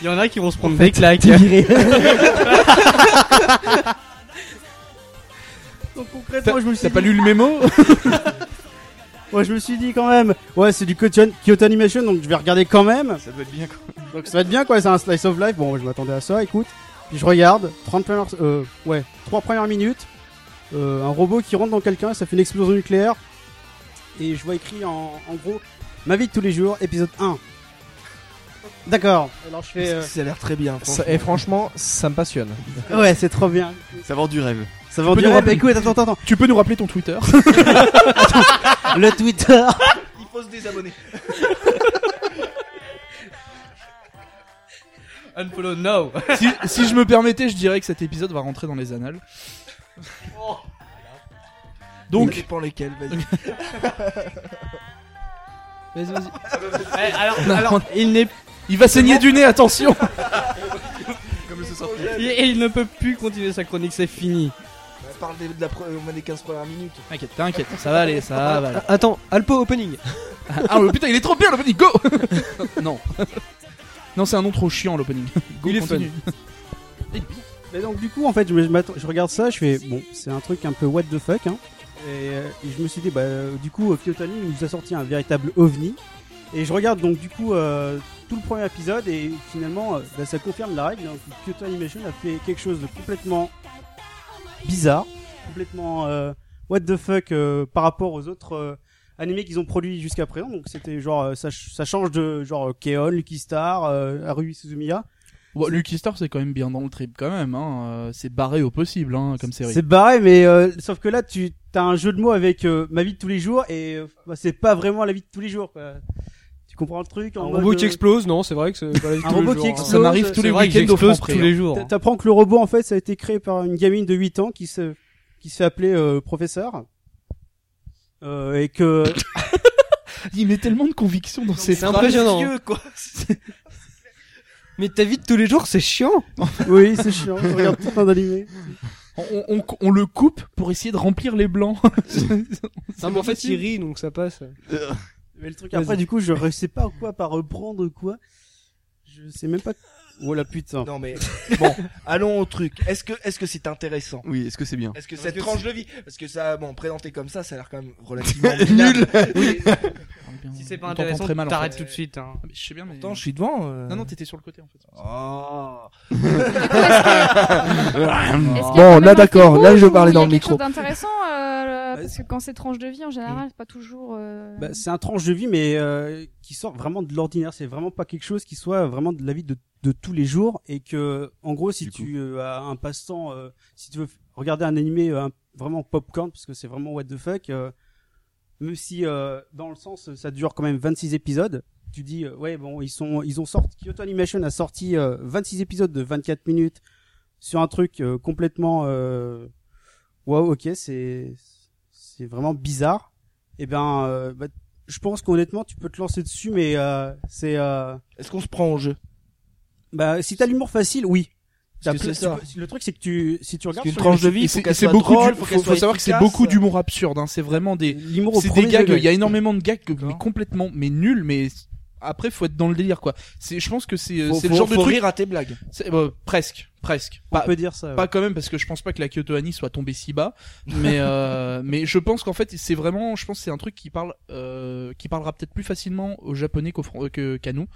Il y en a qui vont se prendre des claques.
Donc concrètement, je me suis
T'as
dit,
pas lu le mémo
ouais, je me suis dit quand même, ouais, c'est du Kyoto, Kyoto Animation, donc je vais regarder quand même.
Ça doit être bien quoi.
Donc ça va être bien quoi, c'est un slice of life. Bon, je m'attendais à ça, écoute. Puis je regarde, 30 premières, euh, ouais, 3 premières minutes, euh, un robot qui rentre dans quelqu'un, ça fait une explosion nucléaire. Et je vois écrit en, en gros, ma vie de tous les jours, épisode 1. D'accord. Alors je fais,
Ça a l'air très bien. franchement.
Ça- et franchement, ça me passionne.
euh, ouais, c'est trop bien.
Ça vend du rêve.
Ça va en
peux
dire,
nous rappeler-
écoute, attends, attends,
Tu peux nous rappeler ton Twitter
attends. Le Twitter.
Il faut se désabonner.
Unfollow now.
si, si je me permettais, je dirais que cet épisode va rentrer dans les annales.
Donc.
Donc,
dépend lesquels, vas-y.
Vas-y, vas-y. Eh, alors, alors, il n'est,
il va saigner du nez, attention
Comme ce sort.
il, il ne peut plus continuer sa chronique, c'est fini.
On parle des, de la pre- euh, des 15 premières minutes.
T'inquiète, t'inquiète, ça va aller, ça va aller.
Ah, Attends, Alpo opening.
Ah oh, putain, il est trop bien l'opening, go Non. Non, c'est un nom trop chiant l'opening. Go,
Il est
continue.
Mais donc du coup en fait je, me- je m'attends- je regarde ça, je fais bon c'est un truc un peu what the fuck hein. Et, euh, et je me suis dit bah euh, du coup euh, Kyoto Anime nous a sorti un véritable ovni. Et je regarde donc du coup euh, tout le premier épisode et finalement euh, bah, ça confirme la règle. hein. Kyoto Animation a fait quelque chose de complètement bizarre, complètement euh, what the fuck euh, par rapport aux autres euh, animés qu'ils ont produits jusqu'à présent. Donc c'était genre euh, ça, ch- ça change de genre euh, Keon, Lucky Star, euh, Haruhi Suzumiya.
Bon, Lucky Star, c'est quand même bien dans le trip, quand même. Hein. Euh, C'est barré au possible, hein, comme série.
C'est barré, mais euh, sauf que là, tu as un jeu de mots avec euh, ma vie de tous les jours et euh, bah, c'est pas vraiment la vie de tous les jours. quoi. Tu comprends le truc en
Un
mode,
robot qui
euh,
explose, non, c'est vrai que c'est pas la vie de
Un
tous les
robot
jours,
qui
hein.
explose.
Ça m'arrive tous
C'est
les
vrai que
week-ends au
j'explose
Franprix.
tous les jours.
t'a- T'apprends que le robot, en fait, ça a été créé par une gamine de 8 ans qui se qui se fait appeler euh, professeur Euh, et que
Il met tellement de conviction dans ses
C'est impressionnant. hein.
Vieux, quoi.
Mais ta vie de tous les jours, c'est chiant.
oui, c'est chiant. Je regarde tout plein d'animés.
On, on, on le coupe pour essayer de remplir les blancs.
Non, mais en fait, il rit, donc ça passe.
Mais le truc après, du coup, je re- sais pas quoi par reprendre quoi. Je sais même pas. Oh la putain.
Non, mais bon, allons au truc. Est-ce que est-ce que c'est intéressant
Oui, est-ce que c'est bien
Est-ce que
Parce
cette
que
tranche de vie Parce que ça, bon, présenté comme ça, ça a l'air quand même relativement
Nul.
Oui.
Si c'est pas
on t'entend
intéressant,
très mal, en
t'arrêtes
fait.
tout de suite. hein.
Ah, mais je sais bien, mais.
Attends, je suis devant. euh.
Non, non, t'étais sur le côté en fait.
Ah,
Oh.
Bon,
là, d'accord, là, je parlais dans le micro.
C'est intéressant euh, parce que quand c'est tranche de vie en général, c'est pas toujours. euh,
Bah, c'est un tranche de vie, mais euh, qui sort vraiment de l'ordinaire. C'est vraiment pas quelque chose qui soit vraiment de la vie de, de tous les jours. Et que, en gros, si
Du
tu euh, as un passe-temps, euh, si tu veux f- regarder un animé euh, un- vraiment popcorn, parce que c'est vraiment what the fuck, euh, même si euh, dans le sens ça dure quand même 26 épisodes, tu dis euh, ouais bon ils sont ils ont sorti Kyoto Animation a sorti euh, 26 épisodes de 24 minutes sur un truc euh, complètement euh, waouh ok c'est c'est vraiment bizarre. Et ben euh, bah, je pense qu'honnêtement tu peux te lancer dessus mais euh, c'est euh,
Est-ce qu'on se prend au jeu
bah si t'as l'humour facile oui. T'as
que
plein-
c'est ça.
tu peux- le truc c'est que tu si tu regardes
qu'une
sur
tranche de
YouTube,
vie,
Et
faut
c'est-
qu'elle
et c'est
soit
beaucoup.
drôle,
du-
faut
faut,
qu'elle
faut
soit
savoir que c'est
efficace.
beaucoup d'humour absurde. Hein. C'est vraiment des.
l'humour au
C'est des
premier
gags.
degré.
Il y a énormément de gags, que- mais
D'accord.
complètement, mais nuls, mais. Après, faut être dans le délire, quoi. C'est, je pense que c'est, euh,
Faut-
c'est le
faut-
genre de
faut
truc.
rire à tes blagues.
c'est- euh, presque, presque.
on
Pas,
peut dire
Ah
ça. ouais.
pas quand même parce que je pense pas que la Kyoto Annie soit tombée si bas mais euh, mais je pense qu'en fait c'est vraiment je pense que c'est un truc qui parle euh, qui parlera peut-être plus facilement aux japonais qu'aux Fran- euh, que- qu'à nous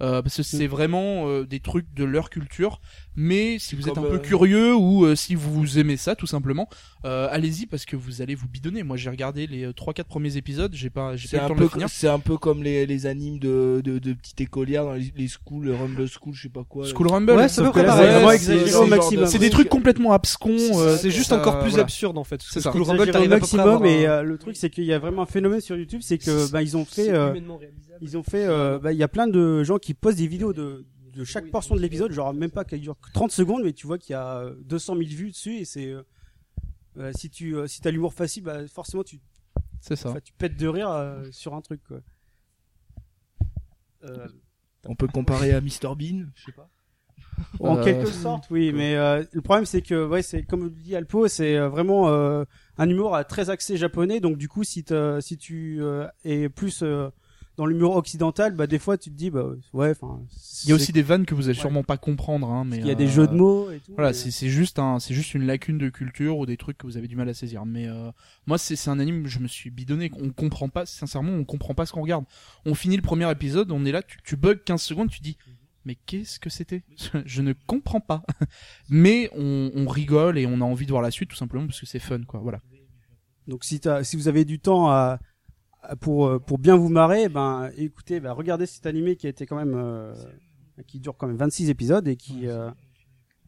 euh, parce que
Mm.
c'est vraiment euh, des trucs de leur culture mais si vous êtes un
Comme,
peu
euh,
curieux ou euh, si vous aimez ça tout simplement euh, allez-y parce que vous allez vous bidonner moi j'ai regardé les 3 4 premiers épisodes j'ai pas j'ai
C'est
pas eu le
un,
temps de le
peu,
finir
c'est un peu comme les, les animes de, de, de petites écolières dans les, les schools, le Rumble School, je sais pas quoi.
School Rumble
Ouais,
sauf
peu
que là,
pareil,
c'est-
vraiment
c'est-
exagéré
c'est-
au maximum.
c'est des trucs complètement abscons euh,
C'est juste
euh,
encore plus
voilà.
absurde en fait.
C'est ça.
School Rumble,
Exagéré au
t'arrives à peu près à
maximum
avoir
et
un-
euh, le truc c'est qu'il y a vraiment un phénomène sur YouTube c'est que
C'est-
bah ils ont fait
c'est
euh,
humainement réalisable.
ils ont fait euh, bah il y a plein de gens qui postent des vidéos de de chaque portion de l'épisode genre même pas qu'elle dure que 30 secondes mais tu vois qu'il y a euh, 200 000 vues dessus et c'est euh, euh, si tu euh, si t'as l'humour facile bah forcément tu
c'est ça
enfin, tu pètes de rire euh, sur un truc quoi. Euh,
On peut comparer à Mr Bean, je sais pas.
En
Euh,
quelque sorte, oui, mais euh, le problème c'est que, ouais, c'est comme dit Alpo, c'est euh, vraiment euh, un humour euh, très axé japonais. Donc du coup, si, t'as- si tu euh, es plus euh, dans l'humour occidental, bah des fois tu te dis, bah ouais, enfin.
Il y a aussi des vannes que vous allez sûrement pas comprendre, hein, mais
il y a
euh,
des jeux de mots euh. et tout.
Voilà,
mais-
c'est c'est juste un, c'est juste une lacune de culture ou des trucs que vous avez du mal à saisir. Mais euh, moi, c'est c'est un anime, je me suis bidonné. On comprend pas, sincèrement, on comprend pas ce qu'on regarde. On finit le premier épisode, on est là, tu, tu bugs 15 secondes, tu dis.
Mhm.
Mais qu'est-ce que c'était Je ne comprends pas. Mais on, on rigole et on a envie de voir la suite tout simplement parce que c'est fun quoi. Voilà.
Donc si, t'as- si vous avez du temps à, à- pour, euh, pour bien vous marrer, ben écoutez, ben, regardez cet animé qui a été quand même euh, qui dure quand même 26 épisodes et qui euh,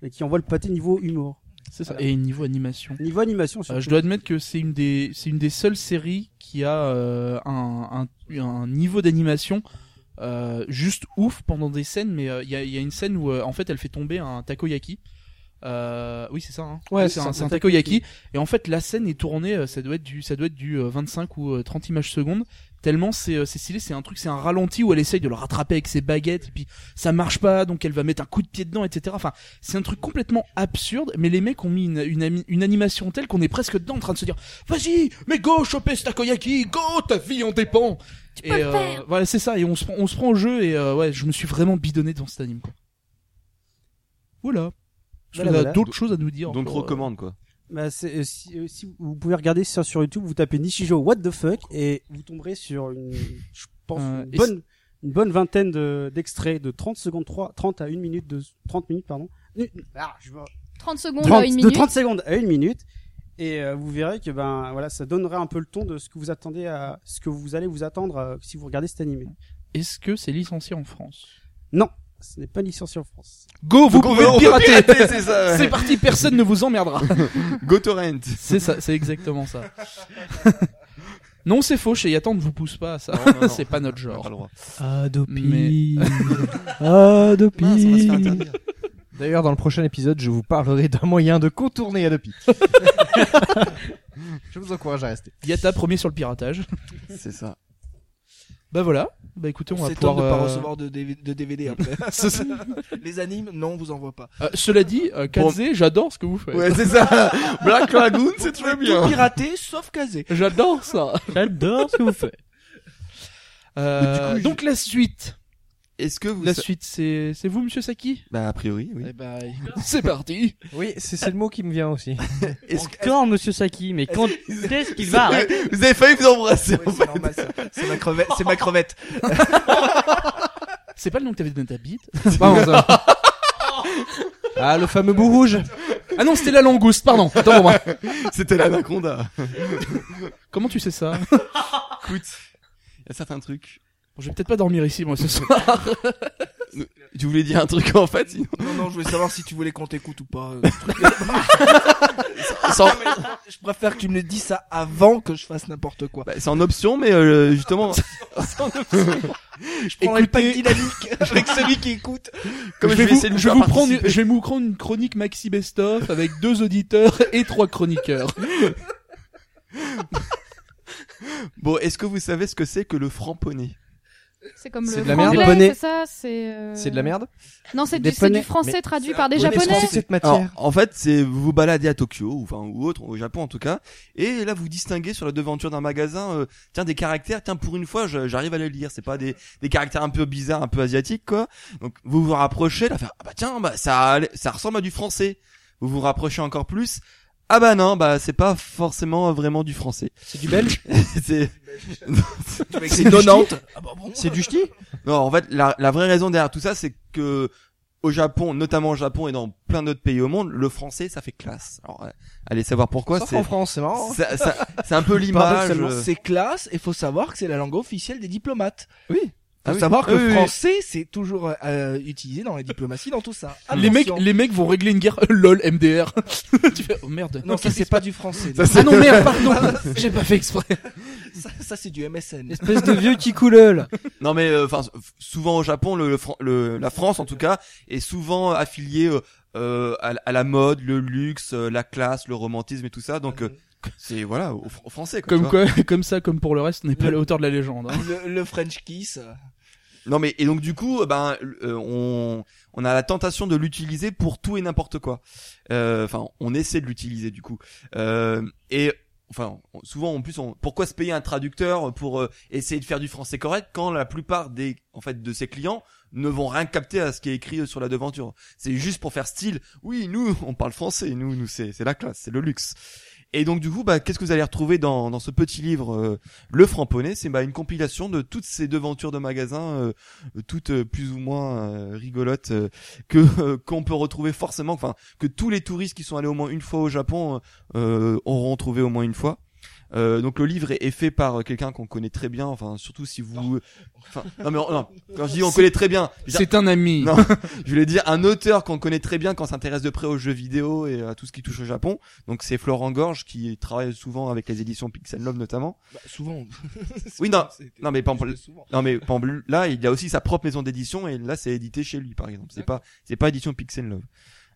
et qui envoie le pâté niveau humour,
C'est ça.
Voilà.
Et niveau animation.
niveau animation.
Euh,
surtout.
je dois admettre que c'est une des c'est une des seules séries qui a euh, un, un un niveau d'animation euh, juste ouf pendant des scènes mais euh, il y, a, il y a une scène où euh, en fait elle fait tomber un takoyaki euh, oui c'est ça hein.
Ouais,
Oui,
c'est
c'est
ça,
un, c'est un takoyaki et en fait la scène est tournée euh, ça doit être du ça doit être du euh, 25 ou euh, 30 images secondes tellement c'est euh, c'est stylé c'est un truc c'est un ralenti où elle essaye de le rattraper avec ses baguettes et puis ça marche pas donc elle va mettre un coup de pied dedans etc enfin c'est un truc complètement absurde, mais les mecs ont mis une, une, ami- une animation telle qu'on est presque dedans en train de se dire Vas-y, mais go, choper ce takoyaki, go, ta vie en dépend
Tu peux le faire.
euh, Voilà, c'est ça, et on se, prend- on se prend au jeu, et euh, ouais, je me suis vraiment bidonné devant cet anime, quoi. Voilà. Parce
Voilà,
qu'on a
voilà.
d'autres choses à nous dire.
Donc
encore, euh,
recommande quoi.
Bah, c'est, euh, si, euh, si vous pouvez regarder ça sur YouTube, vous tapez Nishijo What the fuck et vous tomberez sur une, je pense,
Euh,
une,
et
bonne, une bonne vingtaine de, d'extraits de 30 secondes, 3, 30 à 1 minute, de 30 minutes, pardon. Une- ah, je vois.
30 secondes à
30
une
de
minute.
30 secondes à 1 minute. Et euh, vous verrez que ben voilà, ça donnera un peu le ton de ce que vous attendez à ce que vous allez vous attendre euh, si vous regardez cet animé.
euh, Est-ce que c'est licencié en France
Ce n'est pas licencié en France.
Go, vous pouvez le pirater
c'est ça.
C'est parti, personne ne vous emmerdera
GoTorrent.
Ah,
C'est ça, c'est exactement ça. non, c'est faux, chez Yatan, ne vous pousse pas à ça.
Non, non, non.
C'est pas notre
On a pas
genre.
le droit.
Ah,
Adopi.
Ah, Adopi.
Mince, on va se faire interdire.
D'ailleurs, dans le prochain épisode, je vous parlerai d'un moyen de contourner Adopi. je vous encourage à rester.
Yata, premier sur le piratage.
C'est ça.
Bah voilà. Bah écoutez, on,
On
va
s'étonne
pouvoir.
de pas
euh,
recevoir de, DV de DVD après.
c'est ça.
les animes, non, on vous envoie pas.
Euh, cela dit, euh,
Bon.
4Z, j'adore ce que vous faites.
Ouais, c'est ça. Black Lagoon, c'est
Vous
très
pouvez Tout
hein.
bien.
pirater, sauf casé.
J'adore ça.
J'adore ce que vous faites.
Euh, donc la suite.
Est-ce que vous
La
sa-
suite, c'est c'est vous, monsieur Saki
Bah a priori oui.
Eh ben, c'est parti
Oui, c'est c'est le mot qui me vient aussi.
Est-ce que-
Encore Monsieur Saki, mais quand est-ce qu'il va arrêter
Vous avez failli vous embrasser. en fait.
C'est ma crevette. C'est ma crevette.
C'est pas le nom que t'avais donné à ta bite
C'est pas bon, ça. Ah, le fameux bout rouge.
Ah non, c'était la langouste, pardon. Attends pour moi.
C'était l'anaconda.
Comment tu sais ça
Écoute, il y a certains trucs.
Bon, Je vais peut-être pas dormir ici, moi, ce soir.
Tu voulais dire un truc en fait sinon-
Non, non, je voulais savoir si tu voulais qu'on t'écoute ou pas. euh.
Sans-
je préfère que tu me le dises ça avant que je fasse n'importe quoi.
Bah, c'est en option, mais euh, justement,
Je prendrai pas de dynamique avec celui qui écoute.
comme
je
je,
vais,
vais
vous,
essayer de
je
faire
vous prendre,
participer-
je vais vous prendre une chronique maxi best-of avec deux auditeurs et trois chroniqueurs.
Bon, est-ce que vous savez ce que c'est que le framponné
C'est comme
C'est
le
de la merde.
franglais,
Des poneys.
c'est ça, c'est. euh,
C'est de la merde.
Non, c'est
Des
du, c'est
poneys.
du français
Mais-
traduit par des
Ouais,
Qu'est-ce que
japonais.
c'est que cette
Alors,
matière
en fait, c'est vous vous baladez à Tokyo, ou enfin ou autre, au Japon en tout cas, et là vous distinguez sur la devanture d'un magasin, euh, tiens des caractères, tiens pour une fois je- j'arrive à les lire, c'est pas des, des caractères un peu bizarres, un peu asiatiques quoi. Donc vous vous rapprochez, là faire ah bah tiens bah ça a l'air- ça ressemble à du français. Vous vous rapprochez encore plus, ah bah non bah c'est pas forcément euh, vraiment du français.
C'est du belge
c'est
C'est donnante. Ah bah bon.
C'est du ch'ti
Non, en fait, la, la vraie raison derrière tout ça, c'est que au Japon, notamment au Japon et dans plein d'autres pays au monde, le français, ça fait classe. Alors, euh, allez savoir pourquoi.
Sauf
C'est
en France, c'est marrant. hein.
ça- ça- c'est un peu l'image.
Paradoxalement,
euh,
c'est classe et faut savoir que c'est la langue officielle des diplomates.
Oui.
Faut
Ah oui.
savoir que
Oui, oui,
le
oui.
français c'est toujours euh, utilisé dans la diplomatie dans tout ça.
les mecs,
Attention.
les mecs vont régler une guerre. Euh, LOL, MDR. tu fais, oh merde.
non ça c'est pas du français.
Ça,
non.
c'est-
Ah non,
euh,
merde, pardon. J'ai pas fait exprès.
Ça, ça, c'est du MSN.
Espèce de vieux qui couleule.
Non mais euh, enfin f- souvent au Japon le, le Fran- le- la France en tout cas est souvent affiliée euh, euh, à, la- à la mode, le luxe, euh, la classe, le romantisme et tout ça.
Ah
Donc euh, c'est voilà au, fr- au français quoi, tu
Comme
vois.
quoi, comme ça, comme pour le reste, on n'est pas à la hauteur de la légende. hein.
Le, le French kiss. euh,
Non mais et donc du coup euh, ben euh, on on a la tentation de l'utiliser pour tout et n'importe quoi. Euh, Enfin on essaie de l'utiliser du coup. Euh, et enfin on- souvent en plus on, pourquoi se payer un traducteur pour euh, essayer de faire du français correct quand la plupart des en fait de ses clients ne vont rien capter à ce qui est écrit euh, sur la devanture. C'est juste pour faire style. Oui nous on parle français. Nous nous c'est c'est la classe c'est le luxe. Et donc du coup, bah, qu'est-ce que vous allez retrouver dans, dans ce petit livre euh, Le Framponnet C'est bah, une compilation de toutes ces devantures de magasins euh, toutes euh, plus ou moins euh, rigolotes euh, que euh, qu'on peut retrouver forcément enfin que tous les touristes qui sont allés au moins une fois au Japon euh, auront trouvé au moins une fois euh, donc le livre est, est fait par euh, quelqu'un qu'on connaît très bien enfin surtout si vous enfin non mais on- non quand je dis on connaît très bien je veux dire-
C'est un ami.
Non. je voulais dire un auteur qu'on connaît très bien quand on s'intéresse de près aux jeux vidéo et à tout ce qui touche au Japon donc c'est Florent Gorge qui travaille souvent avec les éditions Pixel Love notamment
bah, souvent.
Oui, non.
C'était
Non, mais pas en-
plus de souvent.
non mais par exemple, là il y a aussi sa propre maison d'édition et là c'est édité chez lui par exemple. C'est pas c'est pas édition Pixel Love.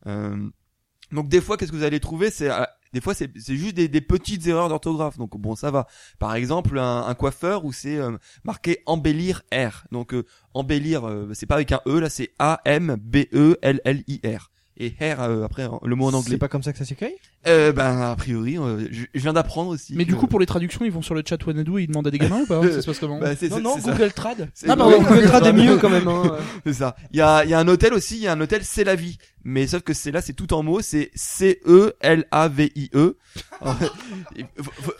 Euh, donc des fois qu'est-ce que vous allez trouver c'est euh, des fois c'est c'est juste des, des petites erreurs d'orthographe donc bon ça va. Par exemple un, un coiffeur où c'est euh, marqué embellir r donc euh, embellir euh, c'est pas avec un e là c'est a m b e l l i r et hair euh, après en- le mot en anglais.
C'est pas comme ça que ça s'écrit
Euh, ben a priori euh, je, je viens d'apprendre aussi.
Mais
que-
du coup, pour les traductions, ils vont sur le chat Wanadu et ils demandent à des gamins ou pas hein, Ça se passe comment
Bah, c'est-
Non,
c'est-
non,
c'est ça.
Google Trad.
C'est-
Ah pardon, on mettra des mieux quand même. Hein.
C'est ça. Il y a, il y a un hôtel aussi, il y a un hôtel C'est la vie. Mais sauf que c'est là, c'est tout en mots, c'est E C-E-L-A-V-I-E. Il faut- faut-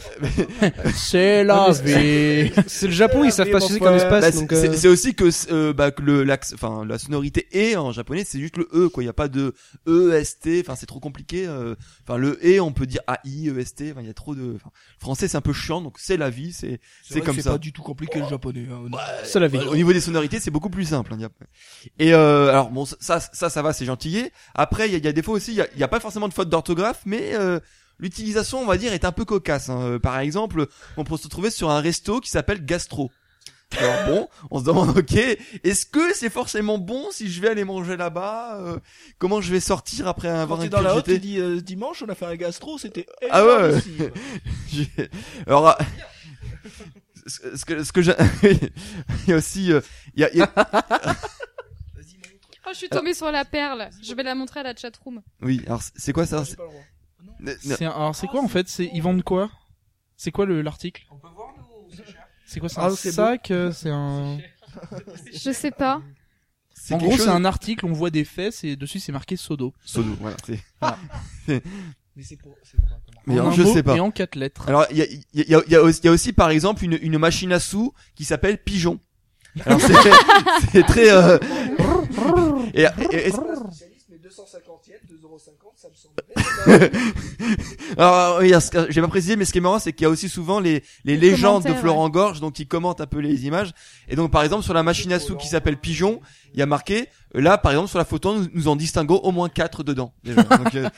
C'est la
Non, mais
vie.
C'est le Japon, ils savent pas ce que c'est
bah,
comme espace.
c'est
donc, euh,
c'est- c'est aussi que euh, bah, que le l'axe- enfin la sonorité E en japonais, c'est juste le E quoi, il y a pas de E S T, enfin c'est trop compliqué. euh. Enfin le E, on peut dire A I E S T, enfin il y a trop de enfin, le français c'est un peu chiant donc c'est la vie, c'est
vrai que
comme
C'est
ça.
pas du tout compliqué le japonais. hein, honnêtement.
C'est la vie.
Au niveau des sonorités, c'est beaucoup plus simple. hein, y a- Et euh, alors bon, ça, ça, ça va, c'est gentillé. Après, il y a, il y a des fois aussi, il y a, il y a pas forcément de faute d'orthographe, mais euh, l'utilisation, on va dire, est un peu cocasse. hein. Euh, Par exemple, on peut se retrouver sur un resto qui s'appelle Gastro. Alors bon, on se demande, ok, est-ce que c'est forcément bon si je vais aller manger là-bas Euh, Comment je vais sortir après avoir
Quand t'es
un
dans la haute, il dit euh, dimanche on a fait un gastro, c'était
Ah ouais,
énorme
ouais.
aussi.
J'ai- Alors, ah, ce ce que, ce que j'ai, il y a aussi, euh, il y a- il y a,
Oh, je suis tombée sur la perle. Je vais la montrer à la chatroom.
oui, alors c'est- c'est quoi ça
J'ai pas le droit.
Ne- ne-
C'est un- Alors, c'est quoi en fait C'est ils vendent quoi C'est quoi le l'article C'est quoi C'est
Ah,
un
c'est
sac euh, C'est un.
Je sais pas.
C'est
en
quelque
gros,
chose-
c'est un article, on voit des fesses et dessus c'est marqué Sodo.
Sodo, voilà. c'est-
Mais c'est pour. c'est pour un commun.
Mais
en
je
un mot
sais pas. Euh,
Et en quatre lettres.
Alors, il y a, il y, a, il y, a aussi- il y a aussi, par exemple, une, une machine à sous qui s'appelle Pigeon. Alors, c'est c'est très... euh, et, et- et-
Socialiste, mais 250 yens, 2,50, ça me semble. raisonnable.
alors, euh, oui, ce que- j'ai pas précisé, mais ce qui est marrant, c'est qu'il y a aussi souvent les, les
Les
légendes de
commentaires,
Florent Gorge, donc qui commentent un peu les images. Et donc, par exemple, sur la machine à sous qui s'appelle Pigeon, il y a marqué, euh, là, par exemple, sur la photo, nous, nous en distinguons au moins quatre dedans. déjà. Donc, euh,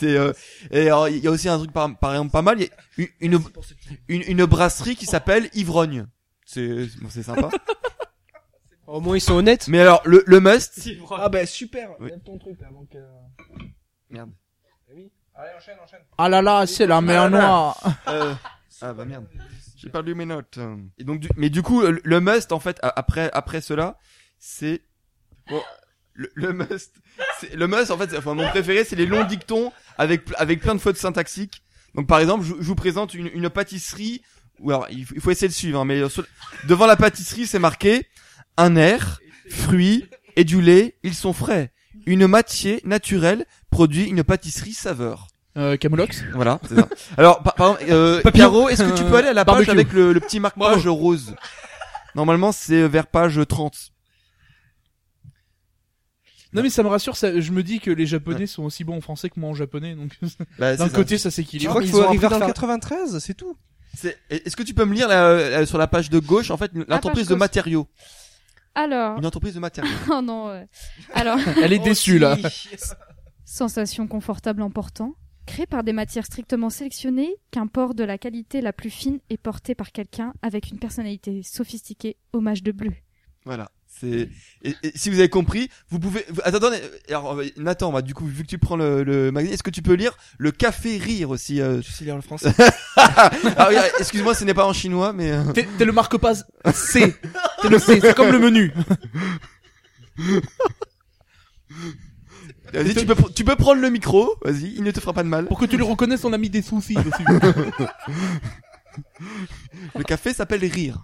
c'est, euh, et alors, il y a aussi un truc, par, par exemple, pas mal, il y a une- une,
C'est pour ce petit-
une, une brasserie qui s'appelle Ivrogne. C'est bon, c'est sympa.
Au moins, ils sont honnêtes.
Mais alors le, le must,
Ah bah super,
Oui.
même ton truc là, donc. euh,
Merde.
Eh Oui. Allez, enchaîne, enchaîne.
Ah là là, c'est la mer
Ah là là.
noire.
euh, ah bah merde, j'ai perdu mes notes. Et donc du- mais du coup le, le must en fait a- après après cela, c'est bon, le, le must, c'est- le must en fait, c'est- enfin mon préféré c'est les longs dictons avec ple- avec plein de fautes syntaxiques. Donc par exemple, je, je vous présente une, une pâtisserie ou alors il faut, il faut essayer de suivre hein, mais euh, sur- devant la pâtisserie c'est marqué un air, fruits, édulés, ils sont frais. Une matière naturelle produit une pâtisserie saveur.
Euh, Camoulox.
Voilà, c'est ça. Alors, par, par exemple, euh,
Papillon.
Caro, est-ce que tu peux aller à la page
Barbecue.
avec le, le petit marque-page rose Normalement, c'est euh, vers page 30.
Non mais ça me rassure, ça, je me dis que les japonais sont aussi bons en français que moi en japonais, donc
Bah,
d'un
c'est ça.
côté ça
Tu
s'équilibre.
crois
mais
qu'il
ils
faut
ont
arriver
appris dans
vers
le
93, c'est tout
C'est- Est-ce que tu peux me lire la- la- sur la page de gauche, en fait, l'entreprise
Ah, page
de
gauche.
matériaux
Alors,
Une entreprise de matériaux.
oh non. euh, Alors,
Elle est
Oh,
déçue là.
sensation confortable en portant, créée par des matières strictement sélectionnées, qu'un port de la qualité la plus fine est porté par quelqu'un avec une personnalité sophistiquée, hommage de bleu.
Voilà. C'est. Et, et si vous avez compris, vous pouvez. vous- Attends, attendez. Alors, euh, Nathan, bah, du coup, vu que tu prends le, le magazine, est-ce que tu peux lire le café rire aussi euh,
Tu sais lire le français.
Ah, oui, ah, excuse-moi, ce n'est pas en chinois, mais. euh,
T'es t'es le marque-passe C. T'es le C, c'est comme le menu.
Vas-y, tu peux, pr- tu peux prendre le micro. Vas-y, il ne te fera pas de mal.
Pour que tu le reconnaisses, on a mis des soucis dessus.
Le café s'appelle rire.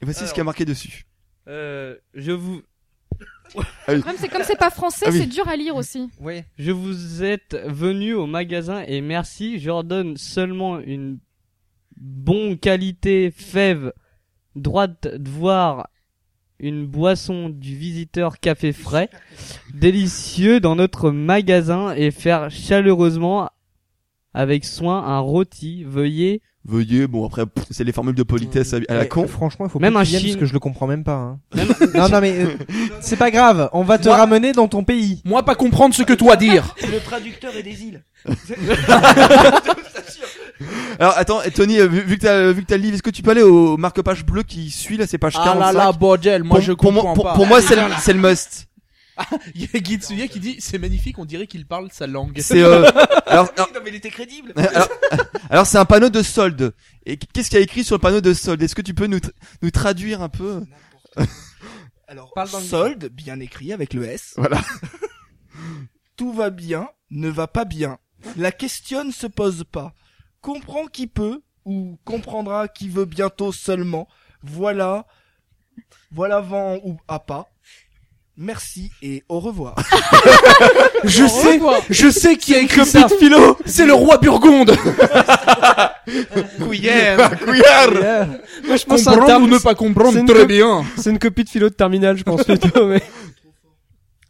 Et voici ce
Alors.
qu'il y a marqué dessus.
Euh, je vous,
Le problème, c'est comme c'est pas français,
Ah oui.
c'est dur à lire aussi.
ouais, je vous êtes venu au magasin et merci. J'ordonne seulement une bonne qualité fève droite de voir une boisson du visiteur café frais délicieux dans notre magasin et faire chaleureusement avec soin un rôti veuillez
Veuillez, bon après pff, c'est les formules de politesse à à la
Eh,
con.
Franchement, il faut
Même
pas
un
que tu viennes
Chine.
parce que je le comprends même pas. hein.
Même-
non, non, mais euh, c'est pas grave. On va te
Moi-
ramener dans ton pays.
Moi pas comprendre ce que toi dire.
le traducteur est des îles.
Alors attends, et Tony, euh, vu, vu que t'as vu que t'as le livre, est-ce que tu peux aller au marque-page bleu qui suit là, c'est page 45
Ah là là, bordel, moi
pour,
je
pour moi-
comprends
pour-
pas.
pour moi c'est le, c'est le must.
il y a Gitsuya qui dit c'est magnifique, on dirait qu'il parle sa langue.
C'est euh, alors, alors,
non mais il était crédible.
alors, alors, c'est un panneau de solde. Et qu'est-ce qu'il y a écrit sur le panneau de solde Est-ce que tu peux nous tra- nous traduire un peu
Alors,
Parle dans le-
solde, bien écrit avec le S.
Voilà.
Tout va bien, ne va pas bien. La question ne se pose pas. Comprends qui peut, ou comprendra qui veut bientôt seulement. Voilà, voilà vent ou à pas. Merci et au revoir.
je sais, je sais qui a écrit ça.
Philo
C'est le roi Burgonde.
Couillère Couillère
Moi, je pense à un
Comprendre Euh, ou
terme-
ne pas
c'est
comprendre,
une
très
copie-
bien.
C'est une copie de philo de terminale, je pense plutôt. Mais...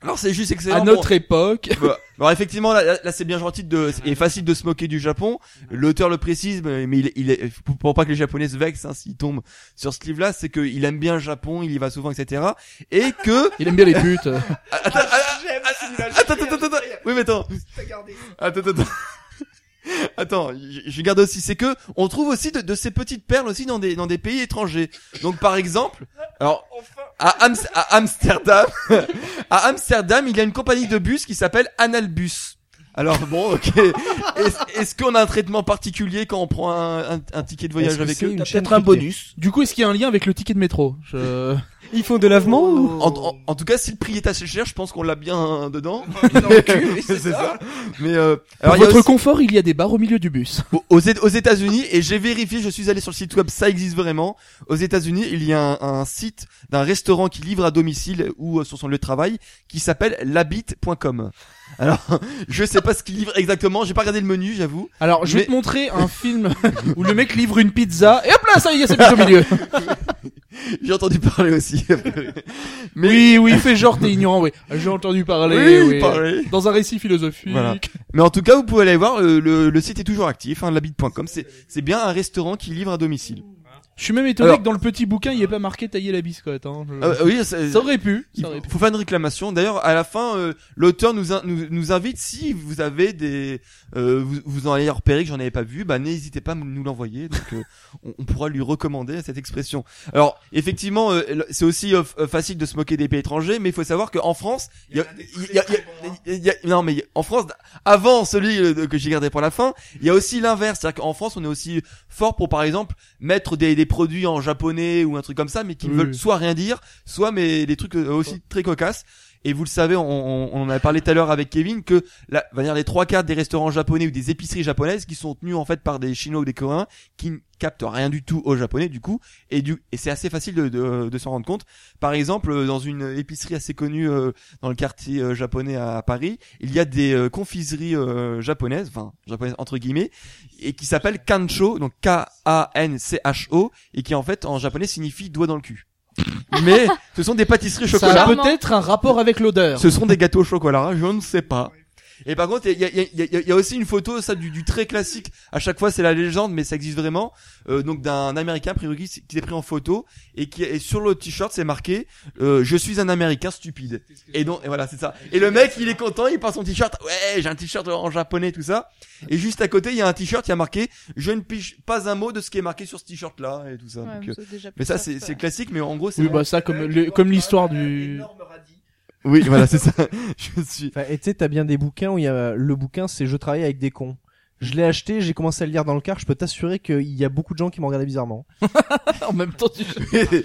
Alors c'est juste excellent.
À
Bon,
notre époque.
Bah, alors effectivement, là, là, là, c'est bien gentil de, et facile de se moquer du Japon. L'auteur le précise, mais mais il, il est, pour- pour pas que les Japonais se vexent, hein, s'ils tombent sur ce livre-là, c'est qu'il aime bien le Japon, il y va souvent, etc. Et que, Ah,
Il aime bien les putes.
attends,
J'aime celui-là,
attends, attends, attends, attends, oui, mais attends,
t'as gardé.
attends, attends. Attends, je je garde aussi, c'est que on trouve aussi de, de ces petites perles aussi dans des dans des pays étrangers. Donc par exemple, alors
Enfin,
à, Ams- à Amsterdam, à Amsterdam, il y a une compagnie de bus qui s'appelle Analbus. Alors bon, ok. Est-ce est-ce qu'on a un traitement particulier quand on prend un, un- un ticket de voyage
Est-ce que
avec
c'est
eux
une
T'as
chaîne
peut-être un
cryptée
bonus.
Du coup, est-ce qu'il y a un lien avec le ticket de métro Je-
Ils font de lavement ou
Oh,
En, en- en tout cas, si le prix est assez cher, je pense qu'on l'a bien euh, dedans. c'est ça. Mais euh,
Pour
il y a
votre
aussi-
confort, il y a des bars au milieu du bus.
aux, aux Éta- aux États-Unis et j'ai vérifié, je suis allé sur le site web, ça existe vraiment. Aux États-Unis, il y a un, un site d'un restaurant qui livre à domicile ou euh, sur son lieu de travail qui s'appelle labit.com. Alors, je sais pas ce qu'il livre exactement, j'ai pas regardé le menu, j'avoue.
Alors, je vais
Mais-
te montrer un film où le mec livre une pizza et hop là, ça y est, c'est plus au milieu.
J'ai entendu parler aussi. Mais-
Oui, oui, fais genre t'es ignorant, oui. J'ai entendu parler.
Oui,
oui.
pareil.
Dans un récit philosophique.
Voilà. Mais en tout cas, vous pouvez aller voir, euh, le, le site est toujours actif, hein, labit.com, c'est c'est bien un restaurant qui livre à domicile.
Je suis même étonné
Alors-
que dans le petit bouquin, il n'y ait pas marqué tailler la biscotte. Hein. Je-
Euh, oui, c'est-
Ça aurait pu.
Il
Ça aurait pu.
faut faire une réclamation. D'ailleurs, à la fin, euh, l'auteur nous, in- nous nous invite si vous avez des euh, vous, vous en avez repéré que j'en avais pas vu, bah n'hésitez pas à nous l'envoyer. Donc euh, on, on pourra lui recommander cette expression. Alors effectivement, euh, le- c'est aussi euh, f- euh, facile de se moquer des pays étrangers, mais il faut savoir qu'en France, il y a- il y a- il y a- il y a- non mais en France, avant celui euh, que j'ai gardé pour la fin, il y a aussi l'inverse, c'est-à-dire qu'en France, on est aussi fort pour par exemple mettre des, des produits en japonais ou un truc comme ça, mais qui ne
Oui.
veulent soit rien dire, soit mais des trucs euh, aussi très cocasses. Et vous le savez, on, on, on en a parlé tout à l'heure avec Kevin que la, on va dire les trois quarts des restaurants japonais ou des épiceries japonaises qui sont tenues en fait par des Chinois ou des Coréens qui ne captent rien du tout aux Japonais du coup et du et c'est assez facile de, de, de s'en rendre compte. Par exemple, euh, dans une épicerie assez connue euh, dans le quartier euh, japonais à Paris, il y a des euh, confiseries euh, japonaises, enfin japonaises entre guillemets, et qui s'appelle Kancho, donc K-A-N-C-H-O, et qui en fait en japonais signifie doigt dans le cul. Mais ce sont des pâtisseries au chocolat.
Ça a peut-être un rapport avec l'odeur.
Ce sont des gâteaux au chocolat, hein, je ne sais pas. Et par contre, il y a, il y a- il y a- il y a aussi une photo, ça, du, du très classique. À chaque fois, c'est la légende, mais ça existe vraiment. Euh, donc, d'un Américain, a priori, qui s'est pris en photo et qui et sur le t-shirt, c'est marqué euh, "Je suis un Américain stupide". Et donc, et voilà, c'est ça. Et le mec, il est content, il part son t-shirt. Ouais, j'ai un t-shirt en japonais, tout ça. Et juste à côté, il y a un t-shirt, il y a marqué "Je ne pige pas un mot de ce qui est marqué sur ce t-shirt là" et tout ça. Donc, euh, mais ça, c'est c'est classique, mais en gros, c'est
Oui, bah ça, comme le- comme l'histoire du.
oui, voilà, c'est ça. je suis.
Enfin, et tu sais, t'as bien des bouquins où il y a le bouquin, c'est je travaille avec des cons. Je l'ai acheté, j'ai commencé à le lire dans le car. Je peux t'assurer qu'il y a beaucoup de gens qui m'ont regardé bizarrement.
en même temps, tu-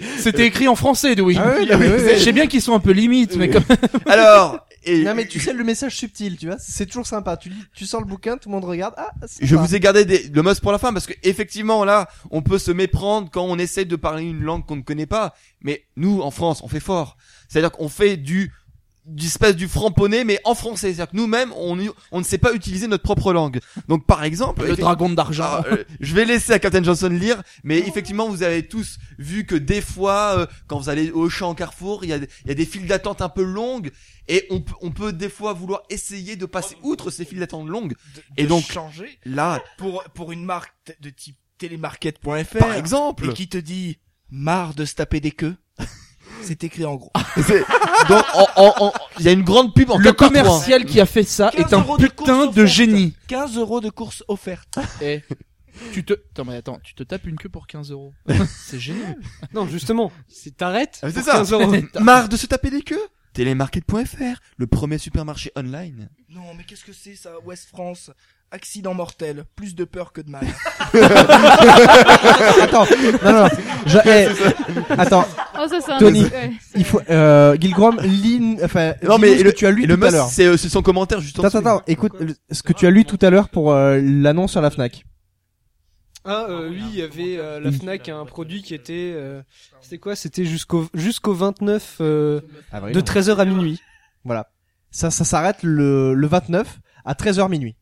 c'était écrit en français, Dewey.
Ah oui, non, mais oui, oui.
Je sais bien qu'ils sont un peu limites, mais comme
Alors, et
Non mais tu sais le message subtil, tu vois, c'est toujours sympa. Tu lis, tu sors le bouquin, tout le monde regarde. Ah, c'est
je
sympa.
vous ai gardé des, le must pour la fin parce que effectivement là, on peut se méprendre quand on essaie de parler une langue qu'on ne connaît pas. Mais nous, en France, on fait fort. C'est-à-dire qu'on fait du du espèce du framponné mais en français c'est-à-dire que nous-mêmes on on ne sait pas utiliser notre propre langue donc par exemple
le
effe-
dragon d'argent.
Ah, euh, je vais laisser à Captain Johnson lire, mais effectivement, vous avez tous vu que des fois, euh, quand vous allez au champ Carrefour, il y a, des- il y a des files d'attente un peu longues, et on, peut- on peut des fois vouloir essayer de passer outre ces files d'attente longues.
Et
Et donc-
donc changer
Là,
pour pour une marque t- de type télémarket.fr
par exemple,
et qui te dit marre de se taper des queues. C'est écrit en gros.
c'est- donc, en- en- en- il y a une grande pub en
Le
4 par trois.
commercial qui a fait ça est
15
un
euros de
putain
course
de
offerte.
génie.
15 euros de course offerte.
Eh, tu te, attends, mais attends, tu te tapes une queue pour 15 euros. C'est génial.
Non, justement, c'est t'arrêtes.
Ah, mais
pour
c'est ça.
15 euros.
Marre de se taper des queues Télémarket.fr, le premier supermarché online.
Non, mais qu'est-ce que c'est ça, West France Accident mortel, plus de peur que de mal.
Attends, non non, non. Je- eh, attends,
Oh, ça, c'est un
Tony,
truc, ouais, c'est-
il faut euh, Gilgrom line, enfin
Non,
dis-nous
mais
ce que tu as lu
Et le
tout à
must,
l'heure.
c'est euh, c'est son commentaire juste en
Attends,
dessous.
attends, écoute le- ce que tu as lu tout à l'heure pour euh, l'annonce sur la Fnac.
Ah euh, oui, il y avait euh, la Fnac un produit qui était euh, c'était quoi C'était jusqu'au jusqu'au 29 euh, de 13h à minuit.
Voilà. Ça, ça s'arrête le, le 29 à 13h minuit.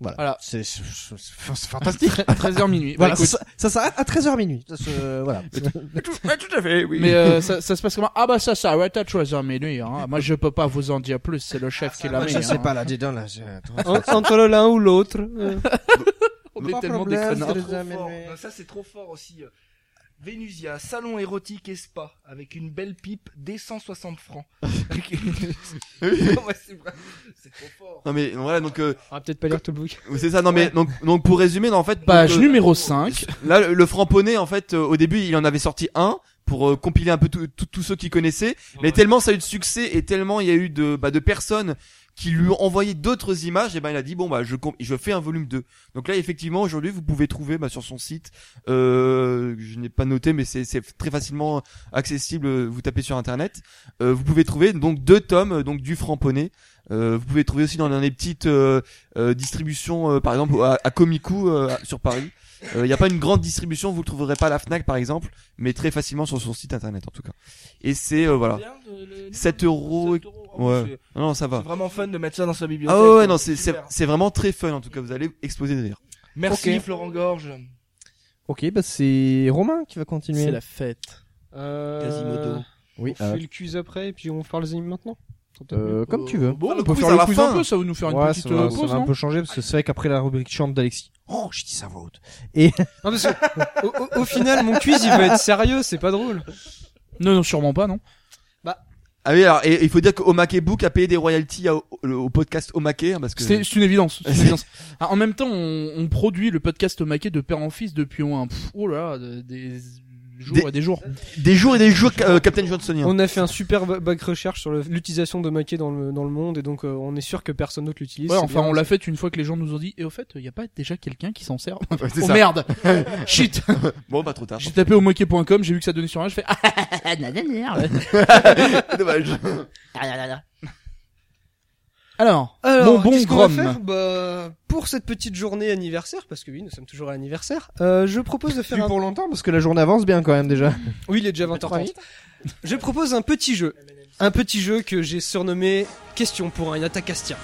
Voilà.
Voilà.
C'est c'est- c'est- c'est fantastique.
13h minuit. Bah,
voilà,
écoute,
ça, ça s'arrête à 13h minuit. Ça se- voilà.
Ouais, tout à fait, oui.
Mais euh, ça, ça se passe comment Ah bah ça, ça, ouais, t'as choisi un menu. Hein. Moi je peux pas vous en dire plus,
Ah,
c'est le chef qui l'a mis. hein.
là, dis donc, là.
En- entre l'un ou l'autre. euh.
On est tellement des connards.
Trop
Trop fort.
fort.
Non, ça c'est trop fort aussi. Vénusia, salon érotique et spa, avec une belle pipe des 160 francs. Non, mais c'est vrai, c'est trop fort.
Non mais voilà donc euh,
On va peut-être pas lire tout le bouquin.
c'est ça non mais donc donc pour résumer en fait
Page
donc, euh,
numéro 5.
Là, le, le framponné, en fait, euh, au début, il en avait sorti un pour euh, compiler un peu tout- tout- tous ceux qui connaissaient. Mais tellement ça a eu de succès et tellement il y a eu de, bah, de personnes qui lui ont envoyé d'autres images, et ben il a dit bon bah je com- je fais un volume 2. Donc là effectivement aujourd'hui vous pouvez trouver bah, sur son site, euh, je n'ai pas noté mais c'est c'est très facilement accessible. euh, Vous tapez sur internet, Euh, vous pouvez trouver donc deux tomes euh, donc du Framponnet. Euh, vous pouvez trouver aussi dans les petites euh, euh, distributions, euh, par exemple à, à Comico euh, à- sur Paris. Il n'y a pas une grande distribution, vous le trouverez pas à la Fnac par exemple, mais très facilement sur son site internet en tout cas. Et c'est euh, voilà,
Combien de- le- le-
7 euros.
sept euros. Ah,
Ouais,
c'est-
non ça va.
C'est vraiment fun de mettre ça dans sa bibliothèque.
Ah ouais, ouais, non, c'est, c'est,
Super.
c'est vraiment très fun en tout cas, vous allez exploser de rire.
Merci
Ok.
Florent Gorge.
Ok, bah c'est Romain qui va continuer.
C'est la fête.
Euh,
Quasimodo.
Oui,
On
euh,
fait le quiz après et puis on parle les animes maintenant. Ça peut être mieux.
euh, comme tu veux.
Bon,
Ah,
on
le
peut
quiz
faire
à
le
la
quiz
fin.
un peu, ça va nous faire une
Ouais,
petite
ça va,
euh,
ça
pause,
va un
non
peu changer parce que c'est vrai qu'après la rubrique chambre d'Alexis. Oh, je dis ça va haute.
Non, parce que, au, au- au final, mon quiz il va être sérieux, c'est pas drôle.
Non, non, sûrement pas, non.
Ah oui, alors, et il faut dire qu'Omake Book a payé des royalties à- au, au podcast Omake, hein, parce que...
C'est c'est une évidence. c'est une évidence. Ah, en même temps, on, on produit le podcast au maquet de père en fils depuis un, pff, oh là, là, de- des jours
Des-
et des jours.
Des jours et des jours, euh, Captain Johnsonien.
On a fait un super ba- bac recherche sur le- l'utilisation de maquet dans le, dans le monde et donc euh, on est sûr que personne d'autre l'utilise.
Ouais,
c'est
enfin,
bien.
on l'a fait une fois que les gens nous ont dit, et au fait, il y a pas déjà quelqu'un qui s'en sert
Ouais, c'est
Oh
ça.
merde Shit
Bon, pas trop tard.
J'ai tapé au moquet.com, j'ai vu que ça donnait sur un, je fais ah
Dommage.
Alors,
Alors,
mon bon
qu'est-ce qu'on va
Grom.
faire Bah, pour cette petite journée anniversaire, parce que oui, nous sommes toujours à l'anniversaire, euh, je propose de faire
Plus
un...
pour longtemps parce que la journée avance bien quand même déjà.
Oui, il est déjà 20h30. Je propose un petit jeu. Un petit jeu que j'ai surnommé Question pour un Yatacastien.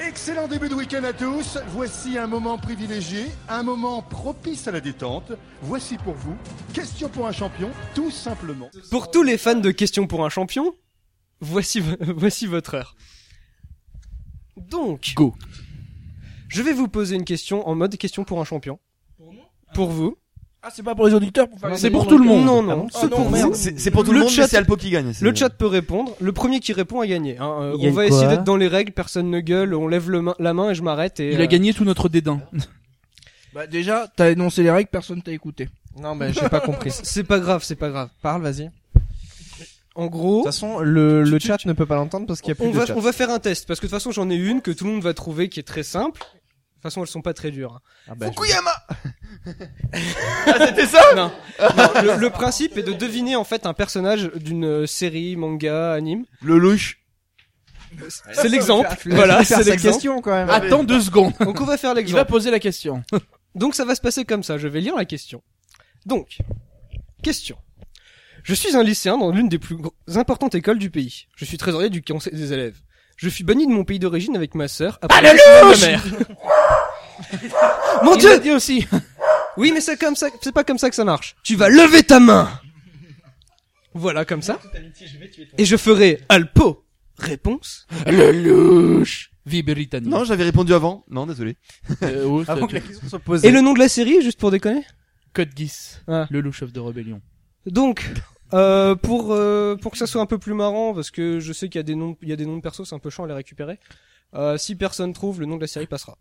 Excellent début de week-end à tous. Voici un moment privilégié, un moment propice à la détente. Voici pour vous, question pour un champion, tout simplement.
Pour tous les fans de Question pour un champion, voici, vo- voici votre heure. Donc,
Go.
je vais vous poser une question en mode Question pour un champion. Pour vous.
Ah, c'est pas pour les auditeurs pour faire
C'est pour tout le monde.
Non, non,
Ah
c'est
non,
pour
merde.
vous.
C'est, c'est pour tout le,
Le
monde,
chat-
mais c'est Alpo qui gagne. c'est-
Le chat peut répondre. Le premier qui répond a gagné. hein. Euh,
Il y a
on va
quoi
essayer d'être dans les règles. Personne ne gueule. On lève le main- la main et je m'arrête. Et
Il
euh,
a gagné tout notre dédain.
Bah, déjà, t'as énoncé les règles, personne t'a écouté.
Non, mais j'ai pas compris.
C'est pas grave. C'est pas grave.
Parle, vas-y.
En
De
gros,
toute façon, le, le chat ne peut pas l'entendre parce qu'il y a plus
on
de
va,
chat.
on va faire un test parce que de toute façon j'en ai une que tout le monde va trouver qui est très simple. De toute façon elles sont pas très dures. hein.
Ah bah, je-
Fukuyama
Ah
non. Non, le, le principe est de deviner en fait un personnage d'une euh, série, manga, anime.
Le louche.
C'est l'exemple.
Tu l'as
Voilà,
fait faire
c'est
sa
l'exemple.
question quand même.
Attends deux secondes.
Donc on va faire
Il va
l'exemple.
poser la question.
Donc ça va se passer comme ça, je vais lire la question. Donc, question. Je suis un lycéen dans l'une des plus gro- importantes écoles du pays. Je suis trésorier du conseil des élèves. Je suis banni de mon pays d'origine avec ma sœur après le de ma mère. Mon
Il
dieu
l'a dit aussi.
Oui, mais c'est comme ça, c'est pas comme ça que ça marche. Tu vas lever ta main. Voilà, comme ça. Et je ferai Alpo. Réponse.
Le louche. Vie britannique.
Non, j'avais répondu avant. Non, désolé.
Euh, oh, ça-
Avant que la question soit posée.
Et le nom de la série, juste pour déconner.
Code Geass.
Ah.
Le louche of the Rebellion.
Donc, euh, pour euh, pour que ça soit un peu plus marrant, parce que je sais qu'il y a des noms, il y a des noms de persos, c'est un peu chiant à les récupérer. Euh, si personne trouve, le nom de la série passera.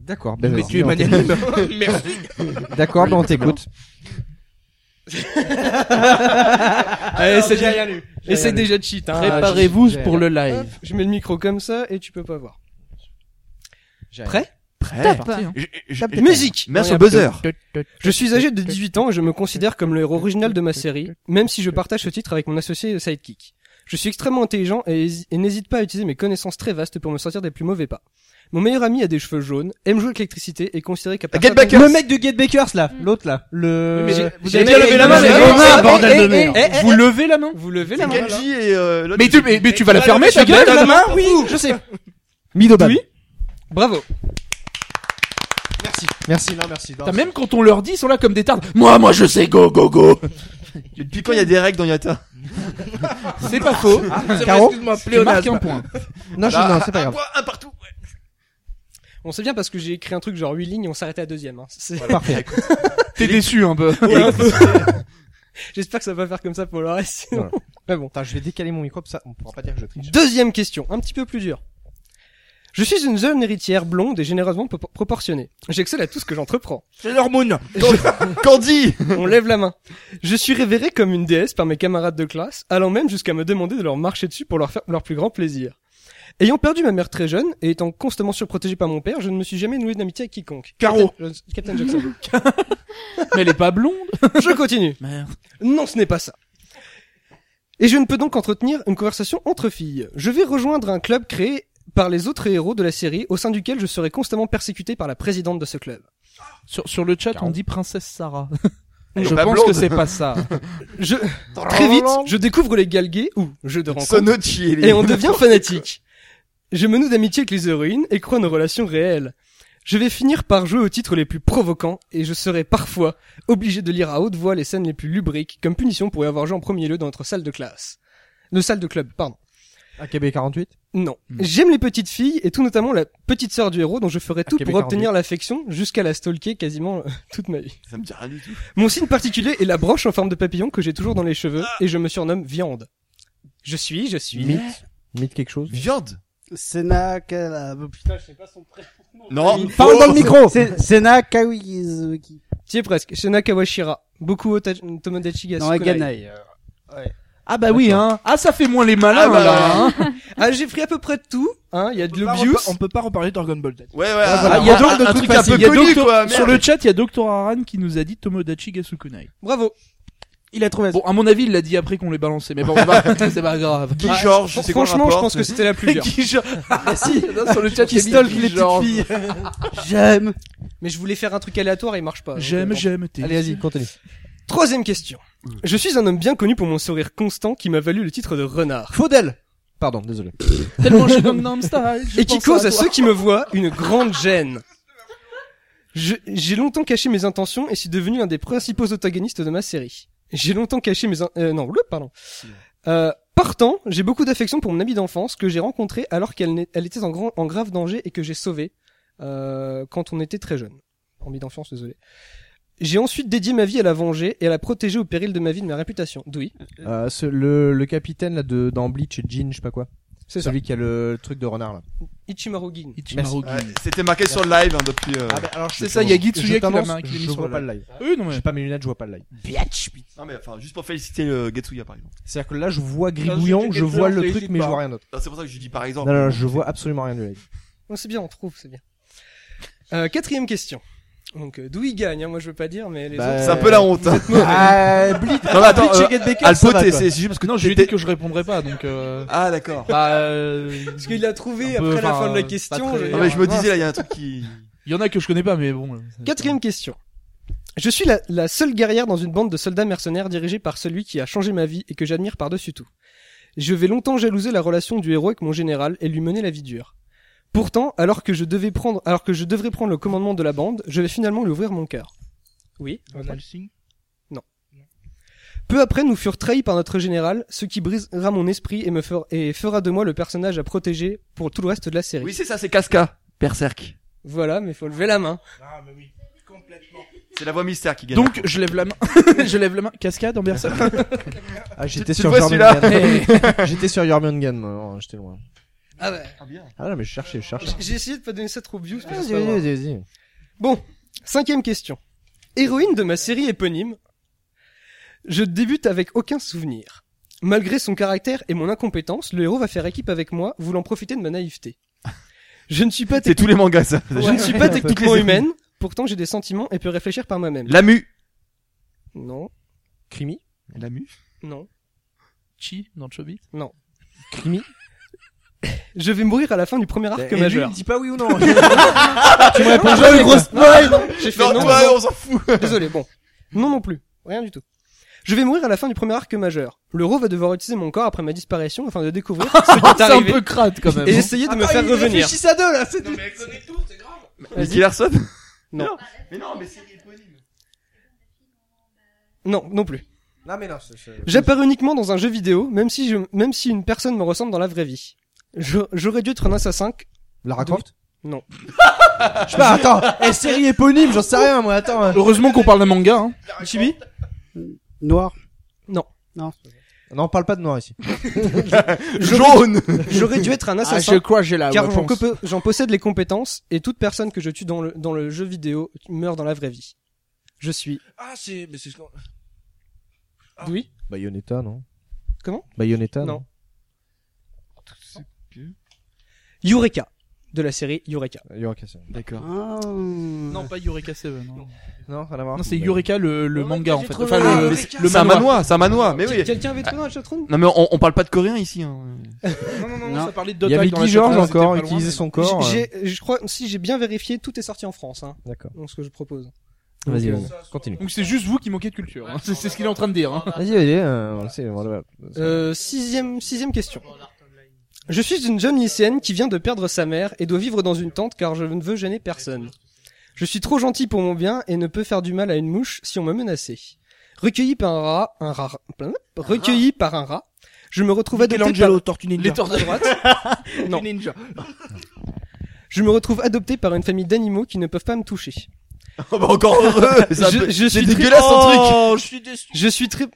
D'accord, ben
Mais
vas-y,
tu es
on t'écoute.
magnanime. Merci.
D'accord, ben on t'écoute.
Ah Eh,
Allez, c'est déjà
Essaye
Essaye
déjà de cheat. hein.
Ah,
Préparez-vous
j'ai-
pour le
Hop,
live.
je mets le micro comme ça et tu peux pas voir. Prêt
Prêt.
Top.
Je- je- je-
Musique
Merci au buzzer.
Je suis âgé de 18 ans et je me considère comme le héros original de ma série, même si je partage ce titre avec mon associé Sidekick. Je suis extrêmement intelligent et, hési- et n'hésite pas à utiliser mes connaissances très vastes pour me sortir des plus mauvais pas. Mon meilleur ami a des cheveux jaunes, aime jouer avec l'électricité et considéré qu'à
Get Backers.
Le mec de Get Bakers là, l'autre là, le.
Mais j'ai-
Vous
j'ai
avez
déjà levé la main,
levé
j'ai-
la
Ah, bordel de merde.
eh, eh,
Vous levez la main
Vous levez la main.
Genji et euh, l'autre-
Mais tu, mais, mais tu vas Eh, la
Là,
fermer,
je
ta gueule
lève
là,
la
non
main,
Oui, je sais. Midoban.
Oui. Bravo.
Merci, non merci. non,
T'as même quand on leur dit, ils sont là comme des tardes. Moi, moi, je sais, go, go, go.
Depuis quand il y a des règles dans Yata
C'est pas faux.
C'est vrai,
Caro
Excuse-moi,
Tu marques
pléonasme.
un point.
Non, je- non, c'est pas
Un
grave.
point, un partout.
On sait bien parce que j'ai écrit un truc genre 8 lignes et on s'arrêtait à deuxième. hein. C'est-
Parfait.
T'es déçu un peu.
J'espère que ça va pas faire comme ça pour le reste. sinon. Mais bon.
Attends, je vais décaler mon micro, ça, on pourra pas dire que je triche.
Deuxième question, un petit peu plus dure. Je suis une jeune héritière blonde et généreusement po- proportionnée. J'excelle à tout ce que j'entreprends.
C'est l'hormone.
Candy
On lève la main. Je suis révérée comme une déesse par mes camarades de classe, allant même jusqu'à me demander de leur marcher dessus pour leur faire leur plus grand plaisir. Ayant perdu ma mère très jeune et étant constamment surprotégé par mon père, je ne me suis jamais noué d'amitié avec quiconque.
Caro.
Captain, Jones- Captain Jackson.
Mais elle est pas blonde.
je continue.
Merde.
Non, ce n'est pas ça. Et je ne peux donc entretenir une conversation entre filles. Je vais rejoindre un club créé par les autres héros de la série, au sein duquel je serai constamment persécuté par la présidente de ce club.
Sur, sur le chat, on dit princesse Sarah.
Elle est
Je
pas
pense
blonde.
que c'est pas ça.
Je, très vite, je découvre les galgués, ou jeux de rencontre.
Sonochi et les-
Et on devient fanatique. Je me noue d'amitié avec les héroïnes et crois nos relations réelles. Je vais finir par jouer aux titres les plus provocants et je serai parfois obligé de lire à haute voix les scènes les plus lubriques comme punition pour y avoir joué en premier lieu dans notre salle de classe. De salle de club, pardon.
AKB 48
Non. J'aime les petites filles et tout notamment la petite sœur du héros dont je ferai tout
AKB
pour obtenir l'affection jusqu'à la stalker quasiment euh, toute ma vie.
Ça me dit rien du tout.
Mon signe particulier est la broche en forme de papillon que j'ai toujours dans les cheveux et je me surnomme viande. Je suis, je suis.
Mythe Mythe quelque chose
Viande
Sena Kala- Putain, je sais pas son prénom.
Non.
Parle dans le micro
C'est- Sena Kawizuki.
Tu y es presque. Shona Kawashira. Beaucoup Ota- Tomodachi Gasukunai.
Non, à Ganai. euh.
Ah bah oui, hein. Ah, ça fait moins les malins,
Ah bah,
là, hein.
Ah, j'ai pris à peu près de tout. Hein, il y a de
peut pas
l'Obius.
repa- on peut pas reparler d'Orgon Ball Dead.
Ouais, ouais.
Ah,
ah,
voilà.
ah,
Il y a donc
un-
de
un
tout
truc un
passer.
peu
Il y a
connu,
Doctor-
quoi.
Sur
merde.
le chat, il y a Doctor Aran qui nous a dit Tomodachi Gasukunai.
Bravo.
Il a trouvé
Bon, à mon avis, il l'a dit après qu'on l'ait balancé, mais bon, c'est pas- c'est pas grave. Ah,
Guy Georges, c'est quoi le
Ah, Franchement, je
rapport
pense que c'était la plus dure.
Guy Georges. Ah si, sur le chat, il y a mis Guy Georges.
J'aime.
Mais je voulais faire un truc aléatoire et il marche pas. donc,
J'aime,
attends.
j'aime, Mm. t'es.
Allez, vas-y, continue.
Troisième question. Je suis un homme bien connu pour mon sourire constant qui m'a valu le titre de renard.
Faudel Pardon, désolé.
Tellement j'ai comme Nam Style. je
Et qui
pense
cause à,
toi.
ceux qui me voient une grande gêne. Je- J'ai longtemps caché mes intentions et suis devenu un des principaux antagonistes de ma série. J'ai longtemps caché mes... in- Euh, non, le, pardon. Euh, partant, j'ai beaucoup d'affection pour mon amie d'enfance que j'ai rencontrée alors qu'elle n'est- elle était en, grand, en grave danger et que j'ai sauvée euh, quand on était très jeune. Amie d'enfance, désolé. J'ai ensuite dédié ma vie à la venger et à la protéger au péril de ma vie et de ma réputation. Oui,
Euh, ce- le, le capitaine là de dans Bleach, Jean, je sais pas quoi.
c'est ça.
Celui qui a le, le truc de renard là.
Ichimaru Gin.
Ichimaru
Ouais,
Gin.
C'était marqué sur le live hein, depuis.
Ah,
euh,
alors
C'est ça, il y a Gitsuya
je
qui l'a
t'avance,
main- qui l'a mis
Je
sur
vois
le
pas le live.
Oui, Euh, non, mais.
J'ai pas mes lunettes, je vois pas le live.
Non mais enfin juste pour féliciter le Getsuya par exemple.
C'est-à-dire que là, je vois
Non,
Gribouillon,
je-
je vois
je-
le
je-
truc,
je-
mais je
pas.
vois rien d'autre.
Non, C'est pour ça que je dis par exemple.
Non, non, je vois absolument rien du live.
Oh, c'est bien, on trouve, c'est bien. Euh, quatrième question. Donc, euh, d'où il gagne hein, Moi, je veux pas dire, mais les
Bah,
autres. euh,
C'est un peu la honte. hein.
Ah, Bleach,
Non mais attends, euh,
Baker,
Alpo, t'es- c'est juste parce que
Non, je lui ai
t'étais-
dit que je répondrais pas, donc euh...
Ah d'accord.
Bah, euh...
Parce qu'il l'a trouvé
Un peu,
après la
enfin,
fin de la
pas
question.
très-
je veux
Non
dire.
mais je me disais là il y a un truc qui.
Il y en a que je connais pas, mais bon. euh,
Quatrième question. Je suis la, la seule guerrière dans une bande de soldats mercenaires dirigée par celui qui a changé ma vie et que j'admire par-dessus tout. Je vais longtemps jalouser la relation du héros avec mon général et lui mener la vie dure. Pourtant, alors que je devais prendre, alors que je devrais prendre le commandement de la bande, je vais finalement lui ouvrir mon cœur. Oui.
Van Helsing.
Peu après, nous furent trahis par notre général, ce qui brisera mon esprit et me fera, et fera de moi le personnage à protéger pour tout le reste de la série.
Oui c'est ça, c'est Casca. Berserk.
Voilà, mais faut lever la main.
Ah mais oui, complètement.
C'est la voix mystère qui gagne.
Donc, je lève la main. je lève la main. Cascade en berceau.
Ah, j'étais
Tu- tu
sur
le vois,
Jormungandr. J'étais sur Jormungandr, non, j'étais loin.
Ah ouais.
Ah non, mais je cherchais, je cherchais.
J'ai essayé de pas donner ça trop views. parce que c'est pas
Ah, Vas-y,
grave.
vas-y, vas-y.
Bon, cinquième question. Héroïne de ma série éponyme, je débute avec aucun souvenir. Malgré son caractère et mon incompétence, le héros va faire équipe avec moi, voulant profiter de ma naïveté. Je ne suis pas,
c'est tous les mangas ça.
je ne suis pas techniquement
les-
humaine, pourtant j'ai des sentiments et peux réfléchir par moi-même.
Lamu.
Non,
Crimi
Lamu.
non,
Chi dans Chobit.
Crimi
je vais mourir à la fin du premier arc
Eh,
Et lui,
majeur. Ah,
il dit pas oui ou non. tu me réponds jamais, gros.
J'ai fait
Non
non,
toi
non.
on s'en fout.
Désolé, bon. Non non plus. Rien du tout. Je vais mourir à la fin du premier arc majeur. L'euro va devoir utiliser mon corps après ma disparition afin de découvrir ce qui est
C'est un
arrivé
peu crade quand même.
et
hein.
essayer de me faire revenir.
à deux là, c'est tout.
Nicky Larson.
Non.
Mais non mais c'est éponyme.
Non, non plus.
Non mais non, c'est- c'est-
J'apparais uniquement dans un jeu vidéo, même si je, même si une personne me ressemble dans la vraie vie. Je- J'aurais dû être un assassin.
Lara Croft
Non.
Je sais pas, attends, eh, série éponyme, j'en sais rien moi, attends. hein.
Heureusement qu'on parle de manga. Hein.
Chibi
Noir.
Non.
Non.
Non, on parle pas de noir ici.
Jaune.
J'aurais dû être un assassin.
Ah, crois j'ai la
Ah, car j'en copo- j'en possède les compétences et toute personne que je tue dans le, dans le jeu vidéo meurt dans la vraie vie. Je suis.
Ah c'est mais c'est ce qu'on-
Oui.
Bayonetta, non
Comment
Bayonetta,
Non. Eureka, de la série Eureka.
Eureka, c'est-
D'accord.
Ah.
Non, pas Eureka 7. Non,
Non, rien à voir.
non c'est Eureka le, le manga en fait. Enfin,
Ah,
le,
mais
le-
c'est-
le
c'est un
manoir.
manoir, c'est un manoir. Mais Eh oui.
Quelqu'un avait trouvé dans le chatroom
Non mais on, on parle pas de coréen ici. Hein.
Non, non, non,
Non.
ça parlait de
Il
Dota.
y avait
dans la
Guy Georges
chatroom, c'était
encore,
pas loin.
utiliser son corps. euh,
J'ai- Je crois, si j'ai bien vérifié, tout est sorti en France, hein,
D'accord.
dans ce que je propose.
Vas-y, vas-y. Continue.
Donc c'est juste vous qui manquez de culture. hein. C'est c'est ce qu'il est en train de dire. hein.
Vas-y, vas-y. euh, on le sait, voilà.
Euh, sixième, sixième question. Je suis une jeune lycéenne qui vient de perdre sa mère et doit vivre dans une tente car je ne veux gêner personne. Je suis trop gentil pour mon bien et ne peux faire du mal à une mouche si on me menaçait. Recueilli par un rat, un rat, recueilli par un rat, je me retrouve adopté par...
Michelangelo, Tortue Ninja.
Les torts de droite.
Non.
Tortue Ninja.
Je me retrouve adopté par une famille d'animaux qui ne peuvent pas me toucher.
Oh, bah, encore heureux. C'est un
Je-
peu-
je
c'est
suis
dégueulasse son truc.
Oh, je suis déçu.
Je suis très...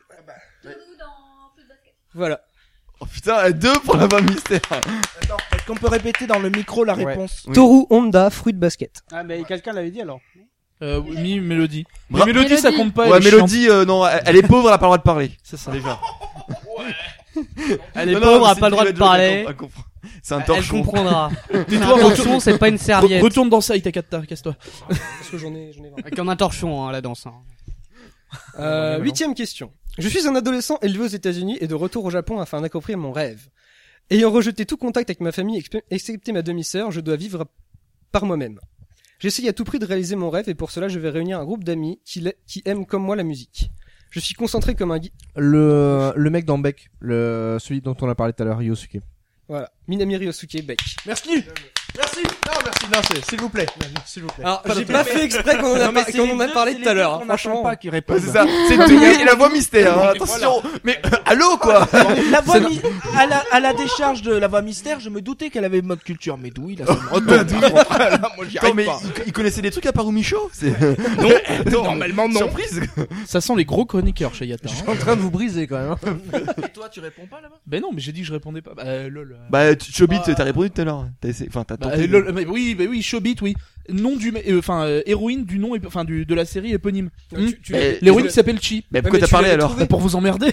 Voilà.
Oh putain, deux pour la main mystère.
Attends, est-ce qu'on peut répéter dans le micro la
Ouais.
réponse
Oui.
Toru Honda, fruit de basket.
Ah, mais quelqu'un l'avait dit alors.
Euh, Mi Mélodie. Mais
Bra-
Mélodie, ça
Mélodie.
compte pas. elle
Ouais,
est
Mélodie, euh, non, elle elle est pauvre, elle a pas le droit de parler.
chiante. C'est ça.
Elle est
Non, non,
pauvre,
mais
a
c'est
pas le droit de
Mélodie,
parler.
elle comprend- C'est un
Elle
torchon.
comprendra.
Tais-toi,
Un
retourne-
torchon, c'est pas une
re-
serviette.
Retourne dans ça, Itakata, casse-toi.
Parce que j'en ai, j'en ai vingt.
Comme un torchon, hein, la danse. hein.
Euh, huitième question. Je suis un adolescent élevé aux États-Unis et de retour au Japon afin d'accomplir mon rêve. Ayant rejeté tout contact avec ma famille, expe- excepté ma demi-sœur, je dois vivre par moi-même. J'essaye à tout prix de réaliser mon rêve et pour cela je vais réunir un groupe d'amis qui, l'a- qui aiment comme moi la musique. Je suis concentré comme un gui-
Le, le mec dans Beck, le, celui dont on a parlé tout à l'heure, Ryosuke.
voilà Minami Ryosuke Beck.
Merci. Merci. Non, merci. Non, c'est- s'il vous plaît. S'il vous plaît.
Alors j'ai pas fait exprès qu'on en a,
Non, mais
par-
c'est
qu'on
les
en a
deux,
parlé
c'est
tout à
les
l'heure.
deux qu'on
Franchement,
n'attend pas qui
Ouais,
répondent.
c'est ça. C'est Tony et la voix mystère. hein, Attention. Mais euh, allô quoi.
La voix mi- à, la, à la décharge de la voix mystère, je me doutais qu'elle avait mode culture, mais Bah, d'où il a son retour Là, moi j'y
Attends,
arrive
mais
pas.
il, il connaissait des trucs à part Umicho C'est
Non, normalement non.
surprise.
Ça sent les gros chroniqueurs chez Yata. hein.
en train de vous briser quand même. hein.
Et toi, tu réponds pas là-bas
Ben non, mais j'ai dit que je répondais pas. Bah, lol. euh.
Bah tu- Chobit,
Bah.
t'as répondu tout à l'heure. T'as essayé. Enfin, t'as
Bah,
tenté.
euh,
de-
lol, mais oui, bah oui, Shobit, oui. Nom du, mec- euh, enfin, euh, héroïne du nom, ép- enfin, du, de la série éponyme.
Ouais,
Hmm
tu- tu-
Mais-
L'héroïne qui s'appelle Chi.
Mais
Ouais, mais
pourquoi t'as
tu
parlé
l'avais
alors
trouvé.
Bah, pour vous emmerder.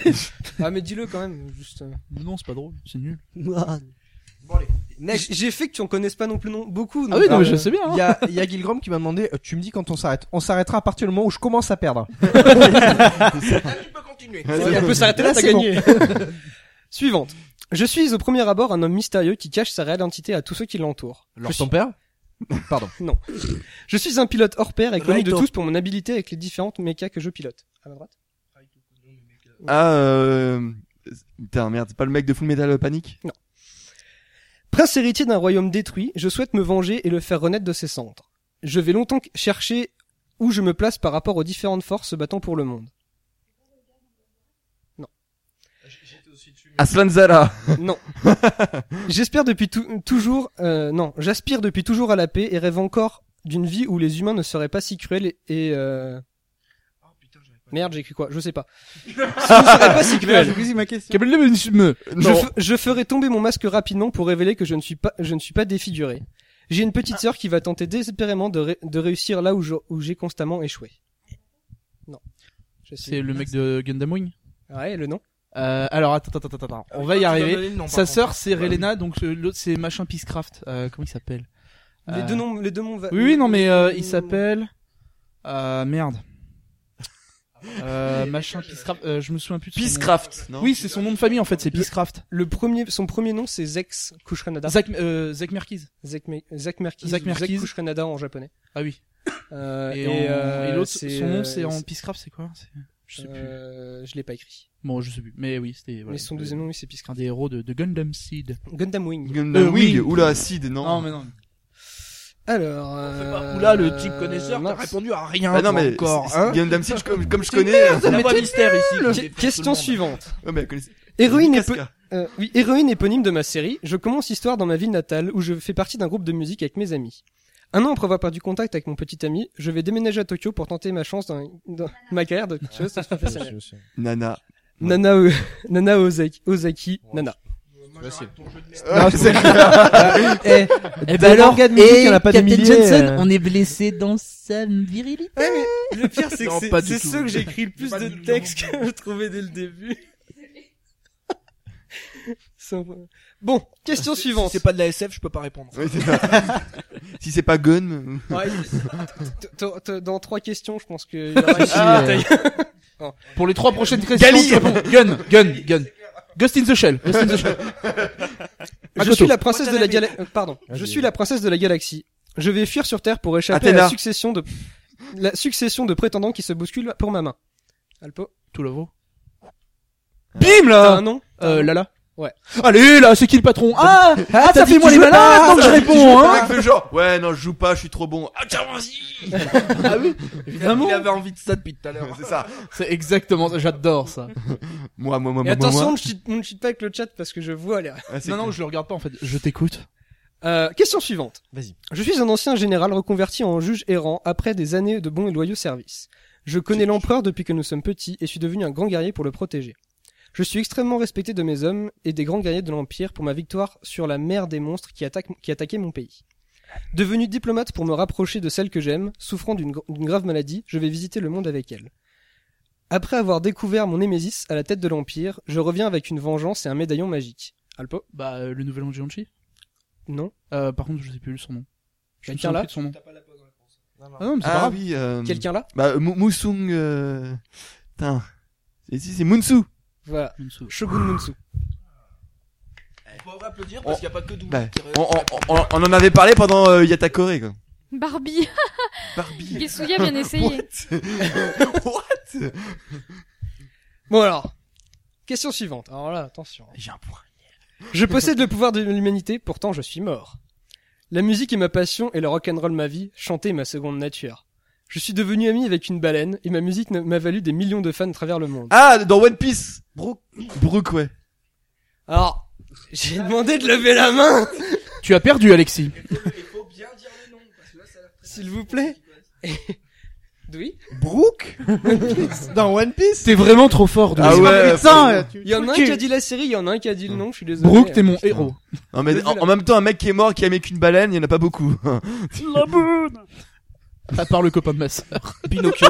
ah mais dis-le quand même. Juste. euh.
non, c'est pas drôle, c'est nul.
J- J'ai fait que tu en connaisses pas non plus non beaucoup.
Ah oui, non,
donc,
mais
euh,
je sais bien.
Il
hein.
y a, il y a Gilgrom qui m'a demandé, euh, tu me dis quand on s'arrête. On s'arrêtera à partir du moment où je commence à perdre.
Tu peux continuer.
On peut s'arrêter là,
Là,
t'as
c'est
gagné. Suivante. Je suis au premier abord un homme mystérieux qui cache sa réelle identité à tous ceux qui l'entourent. Je, suis-
père?
je suis un pilote hors pair et connu de
Raito.
tous pour mon habilité avec les différentes mechas que je pilote. À ma droite
Ah. Euh... Putain merde, c'est pas le mec de Full Metal Panic
Prince héritier d'un royaume détruit, je souhaite me venger et le faire renaître de ses cendres. Je vais longtemps chercher où je me place par rapport aux différentes forces se battant pour le monde.
Ah,
Aslan Zara.
Non. J'espère depuis tou- toujours, euh, non, j'aspire depuis toujours à la paix et rêve encore d'une vie où les humains ne seraient pas si cruels et, et, euh...
Ah,
Merde, j'ai cru quoi Je sais pas. Ils ne seraient pas si cruels. Je,
Non.
fe- je ferai tomber mon masque rapidement pour révéler que je ne suis pas, je ne suis pas défiguré. J'ai une petite sœur qui va tenter désespérément de, ré- de réussir là où je- où j'ai constamment échoué. Non. Je sais-
C'est le mec de Gundam Wing.
Ouais, le nom.
Euh, alors attends, attends, attends, Ah, attends, on
Ah,
va y arriver. Sa sœur c'est Relena, donc euh, l'autre c'est machin Piscraft. Euh, comment il s'appelle
Les
Euh,
deux noms, les deux noms. va- Mm.
Oui, oui, non, mais euh, il s'appelle. Euh, merde. Euh, machin Piscraft. Euh, je me souviens plus. de son nom.
Peacecraft. non
Oui, c'est son nom de famille en fait, c'est Piscraft.
Le premier, son premier nom, c'est Zex Kushrenada.
Zach, euh, Zach Merkiz.
Zach, Me- Zach Merkiz,
Zach
Zach,
Merkiz.
Zach Kushrenada en japonais.
Ah oui.
Euh,
Et, en-
euh,
et l'autre,
c'est,
son
euh,
nom c'est en Piscraft, c'est quoi C'est- Je sais plus.
euh, Je l'ai pas écrit.
Bon, je sais plus. Mais oui, c'était. Voilà,
Mais son deuxième nom, oui, c'est
Un
Piscra.
des héros de, de Gundam Seed.
Gundam Wing.
Gundam
Euh,
Wing.
oui.
Oula, Sid, non.
Non, mais non.
Alors.
Ou
euh,
là, le type connaisseur t'a
mince.
répondu à rien.
Bah non
toi,
mais
encore.
c'est-
hein.
Gundam Seed, je- comme, comme je connais. hein.
C'est la voix mystère ici.
Que- Question
hein.
suivante.
Ouais, mais elle connaissait-
Héroïne,
Casca.
épo- euh, oui, héroïne éponyme de ma série, je commence histoire dans ma ville natale où je fais partie d'un groupe de musique avec mes amis. Un an après avoir perdu contact avec mon petit ami, je vais déménager à Tokyo pour tenter ma chance dans, dans ma carrière de coacheuse professionnelle.
Nana.
Nana, O- Nana Ozaki, Ozaki Nana.
Ah, c'est-
Eh,
Eh
ben alors, de musique, il y en a pas des milliers, euh.
on est blessé dans sa virilité.
Le pire, c'est
Non,
que
pas
c'est-
du
c'est
tout.
ceux que j'ai écrit le plus de textes que je trouvais dès le début. C'est un peu- Bon, question
Si-
suivante.
Si c'est pas de la SF, je peux pas répondre.
Oui, c'est ça. si c'est pas gun.
Ouais, t- t- t- dans trois questions, je pense que. il y aura-
Ah,
euh,
taille. Non.
Pour les trois prochaines questions, tu réponds. Gun, gun, gun. Ghost in the Shell. Ghost in the Shell.
Je
Makoto.
suis la princesse de la galaxie. Pardon. Je
Vas-y.
suis la princesse de la galaxie. Je vais fuir sur Terre pour échapper à
Athéna.
la succession de la succession de prétendants qui se bousculent pour ma main. Alpo.
Tout le vaut. Bim
T'as
là.
un nom
Euh, Lala.
Ouais.
Allez euh, là, c'est qui le patron Ah, ah,
t'as
ça
dit
fait moi
tu
les
jouais
malades
pas,
tant que je réponds.
Ah, Le
Hein
mec fait genre, ouais, non, je joue pas, je suis trop bon. Ah, tiens, vas-y!
Évidemment.
Il avait envie de ça depuis tout à l'heure.
C'est ça.
C'est exactement ça. J'adore ça.
Moi, moi, moi,
Et
moi, moi,
attention,
moi.
on ne cheat- on ne cheat pas avec le chat parce que je vois là.
Ah, c'est
Non non,
cool.
je le regarde pas en fait. Je t'écoute.
Euh, question suivante.
Vas-y.
Je suis un ancien général reconverti en juge errant après des années de bons et loyaux services. Je connais l'empereur depuis que nous sommes petits et suis devenu un grand guerrier pour le protéger. Je suis extrêmement respecté de mes hommes et des grands guerriers de l'Empire pour ma victoire sur la mer des monstres qui, attaque, qui attaquait mon pays. Devenu diplomate pour me rapprocher de celle que j'aime, souffrant d'une gr- d'une grave maladie, je vais visiter le monde avec elle. Après avoir découvert mon Némésis à la tête de l'Empire, je reviens avec une vengeance et un médaillon magique. Alpo
Bah euh, le nouvel an de Givenchy.
Non
Euh, par contre, je sais plus son nom. Je me
Quelqu'un
souviens
là
plus de son nom. Ah non, mais c'est pas
Ah
grave.
oui, euh,
Quelqu'un là
Bah, euh, Mou- Mousung, euh... Putain. Et si, c'est Munsu.
Voilà.
Je me souviens.
Shogun Munsu.
On va applaudir parce qu'il n'y a pas que nous.
Bah,
qui-
on, on, on, on en avait parlé pendant euh, Yatakore, quoi.
Barbie.
Barbie.
Gesuya bien essayé.
What?
Bon alors, question suivante. Alors là, attention.
J'ai un point.
Je possède le pouvoir de l'humanité, pourtant je suis mort. La musique est ma passion et le rock'n'roll ma vie, chanter est ma seconde nature. Je suis devenu ami avec une baleine et ma musique ne- m'a valu des millions de fans à travers le monde.
Ah, dans One Piece. Brooke. Brooke, ouais.
Alors, j'ai demandé de lever la main,
Tu as perdu Alexis.
s'il vous plaît. Oui.
Brooke Dans One Piece
T'es vraiment trop fort. Doug.
Ah ouais.
hein. Putain tu-
Il y en a un qui a dit la série, il y en a un qui a dit le nom, je suis désolé.
Brooke, t'es mon héros.
Non, mais en, en même temps, un mec qui est mort, qui a aimé qu'une baleine, il y en a pas beaucoup.
À part le copain de ma sœur.
Pinocchio.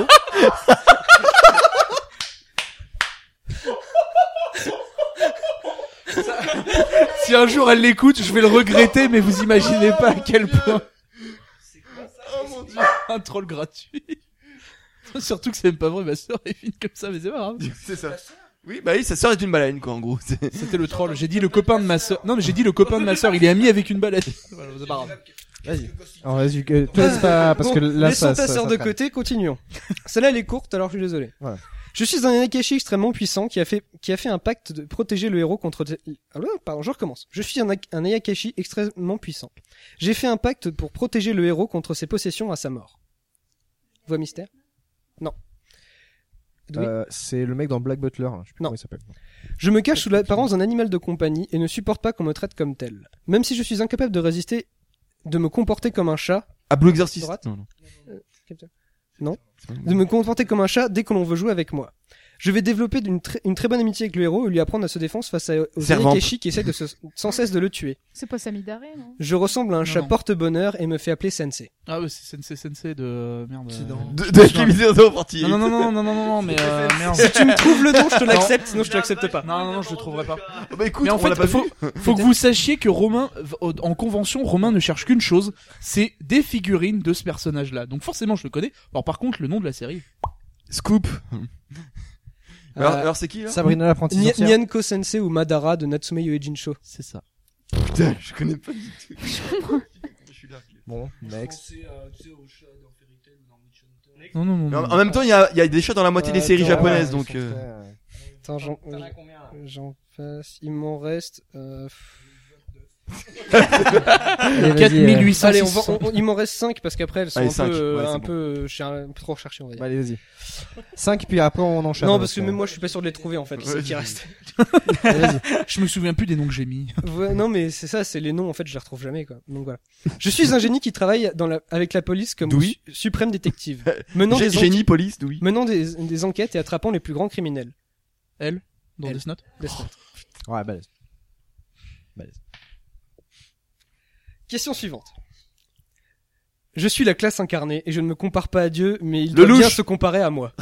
Si un jour elle l'écoute, je vais le regretter, mais vous imaginez pas à quel point.
oh mon dieu.
Un troll gratuit. Surtout que c'est même pas vrai, ma sœur est fine comme ça, mais c'est pas grave.
C'est ça. Oui, bah oui, sa sœur est une baleine, quoi, en gros. C'est-
C'était le troll. J'ai dit le copain de ma sœur. Non, mais j'ai dit le copain de ma sœur. Il est ami avec une balade.
Vas-y. Alors, vas-y, que- te laisse pas, Ah, parce
Bon,
que là,
laissons
ça,
ta
ça-
sœur
ça
de
traîne.
côté, continuons. Celle-là, elle est courte, alors je suis désolé.
Voilà.
Je suis un Akeshi extrêmement puissant qui a fait qui a fait un pacte de protéger le héros contre. Ah, pardon, je recommence. Je suis un, Ak- un Akeshi extrêmement puissant. J'ai fait un pacte pour protéger le héros contre ses possessions à sa mort. Voix mystère. Oui.
Euh, c'est le mec dans Black Butler, là. je sais plus
Non.
comment il s'appelle.
Je me cache sous l'apparence d'un animal de compagnie et ne supporte pas qu'on me traite comme tel. Même si je suis incapable de résister, de me comporter comme un chat,
Ah, Blue Exorcist.
Droite.
Non, non.
de me comporter comme un chat dès que l'on veut jouer avec moi. Je vais développer d'une tr- une très bonne amitié avec le héros et lui apprendre à se défendre face à, aux
Servante.
Akeshi qui essaient de se- sans cesse de le tuer.
C'est pas Samidare, non
Je ressemble à un chat
non.
porte-bonheur et me fait appeler Sensei.
Ah ouais, c'est Sensei Sensei de merde. euh,
C'est dans-
De, de Kimi Zozo, parti.
Non, non, non, non, non, non, non, non, mais euh, merde.
Si tu me trouves le nom, je te l'accepte, sinon je te l'accepte pas.
Non, non, non, je le trouverai pas.
Bah écoute,
Mais en
on l'a
fait,
pas
faut,
vu.
faut que vous sachiez que Romain, en convention, Romain ne cherche qu'une chose, c'est des figurines de ce personnage-là. Donc forcément, je le connais. Alors par contre, le nom de la série.
Scoop. Alors,
Euh,
alors c'est qui là
Sabrina hein. l'apprentie
Nya-
sorcière.
Nyanko Sensei ou Madara de Natsume Yuejinsho.
C'est ça.
Putain, je connais pas du tout. je suis là.
Bon, next.
Non, non, non.
Mais en, en même temps, il y a, il y a des chats dans la moitié des séries
Attends,
japonaises,
ouais,
donc.
ils sont
euh,
très-
Attends, j'en, j'en passe. Il m'en reste. Euh...
Allez, vas-y, euh,
4800.
Allez, on va, on- on- il m'en reste 5 parce qu'après elles sont
Allez,
un
cinq.
peu, euh,
Ouais, c'est
un
bon.
peu, euh, cher- un peu trop recherchées on va dire.
bah, Allez, vas-y. 5, puis après, on enchaîne.
non,
avec,
parce que
euh,
même moi je suis pas sûr de les trouver en fait, ceux
Ouais,
qui
c'est-
restent.
Je me souviens plus des noms que j'ai mis.
Ouais, non, mais c'est ça, c'est les noms, en fait, je les retrouve jamais, quoi. Donc voilà. Je suis un génie qui travaille dans la, avec la police comme
Oui.
su- suprême détective, menant,
Gé-
des, enqu-
Génie, police, oui.
menant des, des enquêtes et attrapant les plus grands criminels.
Elle, dans
Elle.
Death Note.
Death Note.
Ouais, bah, balèze.
Question suivante. Je suis la classe incarnée et je ne me compare pas à Dieu, mais il
Le
doit bien
louche.
se comparer à moi.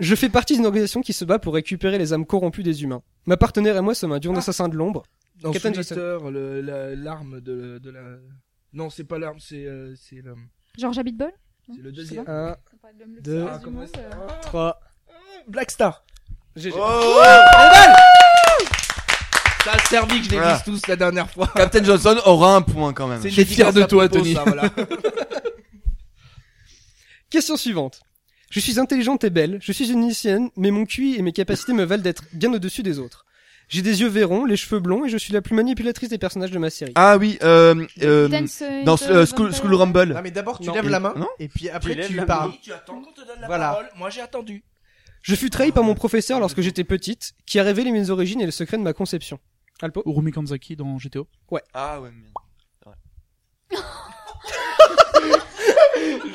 je fais partie d'une organisation qui se bat pour récupérer les âmes corrompues des humains. Ma partenaire et moi sommes un
Ah.
duo d'assassins de l'ombre.
Dans
Captain
Sinister, le- la- l'arme de, de la... Non, c'est pas l'arme, c'est... euh, c'est le...
George Abitbol
C'est le deuxième.
Un,
deux,
deux,
Ah, comment ça
euh,
trois.
Black Star
GG.
Oh Ça a servi que je les
Voilà.
dise tous la dernière fois.
Captain Johnson aura un point quand même.
C'est une
J'étais
dédicace
fier de
à
toi,
propos,
Tony.
ça, voilà.
Question suivante. Je suis intelligente et belle, je suis une lycéenne, mais mon QI et mes capacités me valent d'être bien au-dessus des autres. J'ai des yeux verrons, les cheveux blonds et je suis la plus manipulatrice des personnages de ma série.
Ah oui, euh, euh,
Dance, euh,
dans
into
euh,
the
School,
Vampire
School Rumble.
Non, mais d'abord, tu
Non.
lèves
Et-
la main.
non
et puis après,
lèves
tu,
la
parles.
Oui, tu attends qu'on te donne la
Voilà.
parole. Moi, j'ai attendu.
Je fus trahie par mon professeur lorsque j'étais petite, qui a révélé mes origines et le secret de ma conception. Alpo
Urumi Kanzaki dans GTO.
Ah ouais, merde.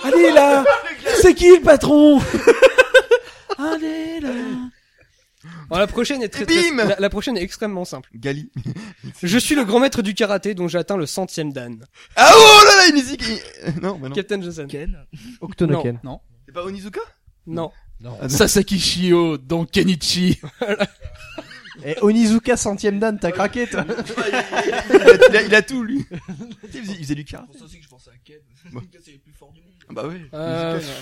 Allez là C'est qui le patron Allez là
Bon, la prochaine est très,
Et
très-
bim
la, la prochaine est extrêmement simple.
Gali.
Je suis le grand maître du karaté dont j'ai atteint le centième dan.
Ah oh là là, une musique. euh, Non, bah non.
Captain Jason.
Ken.
Octonoken.
Non.
C'est pas Onizuka
Non.
Sasaki Shio dans Kenichi.
Et Eh, Onizuka centième dan, t'as craqué, toi.
il, a, il a- il a tout lu. il, faisait, il faisait du car.
C'est pour ça aussi que je pensais à Ken. Ken, c'est le plus fort du monde.
Ah Bah ouais.
Euh,
Onizuka,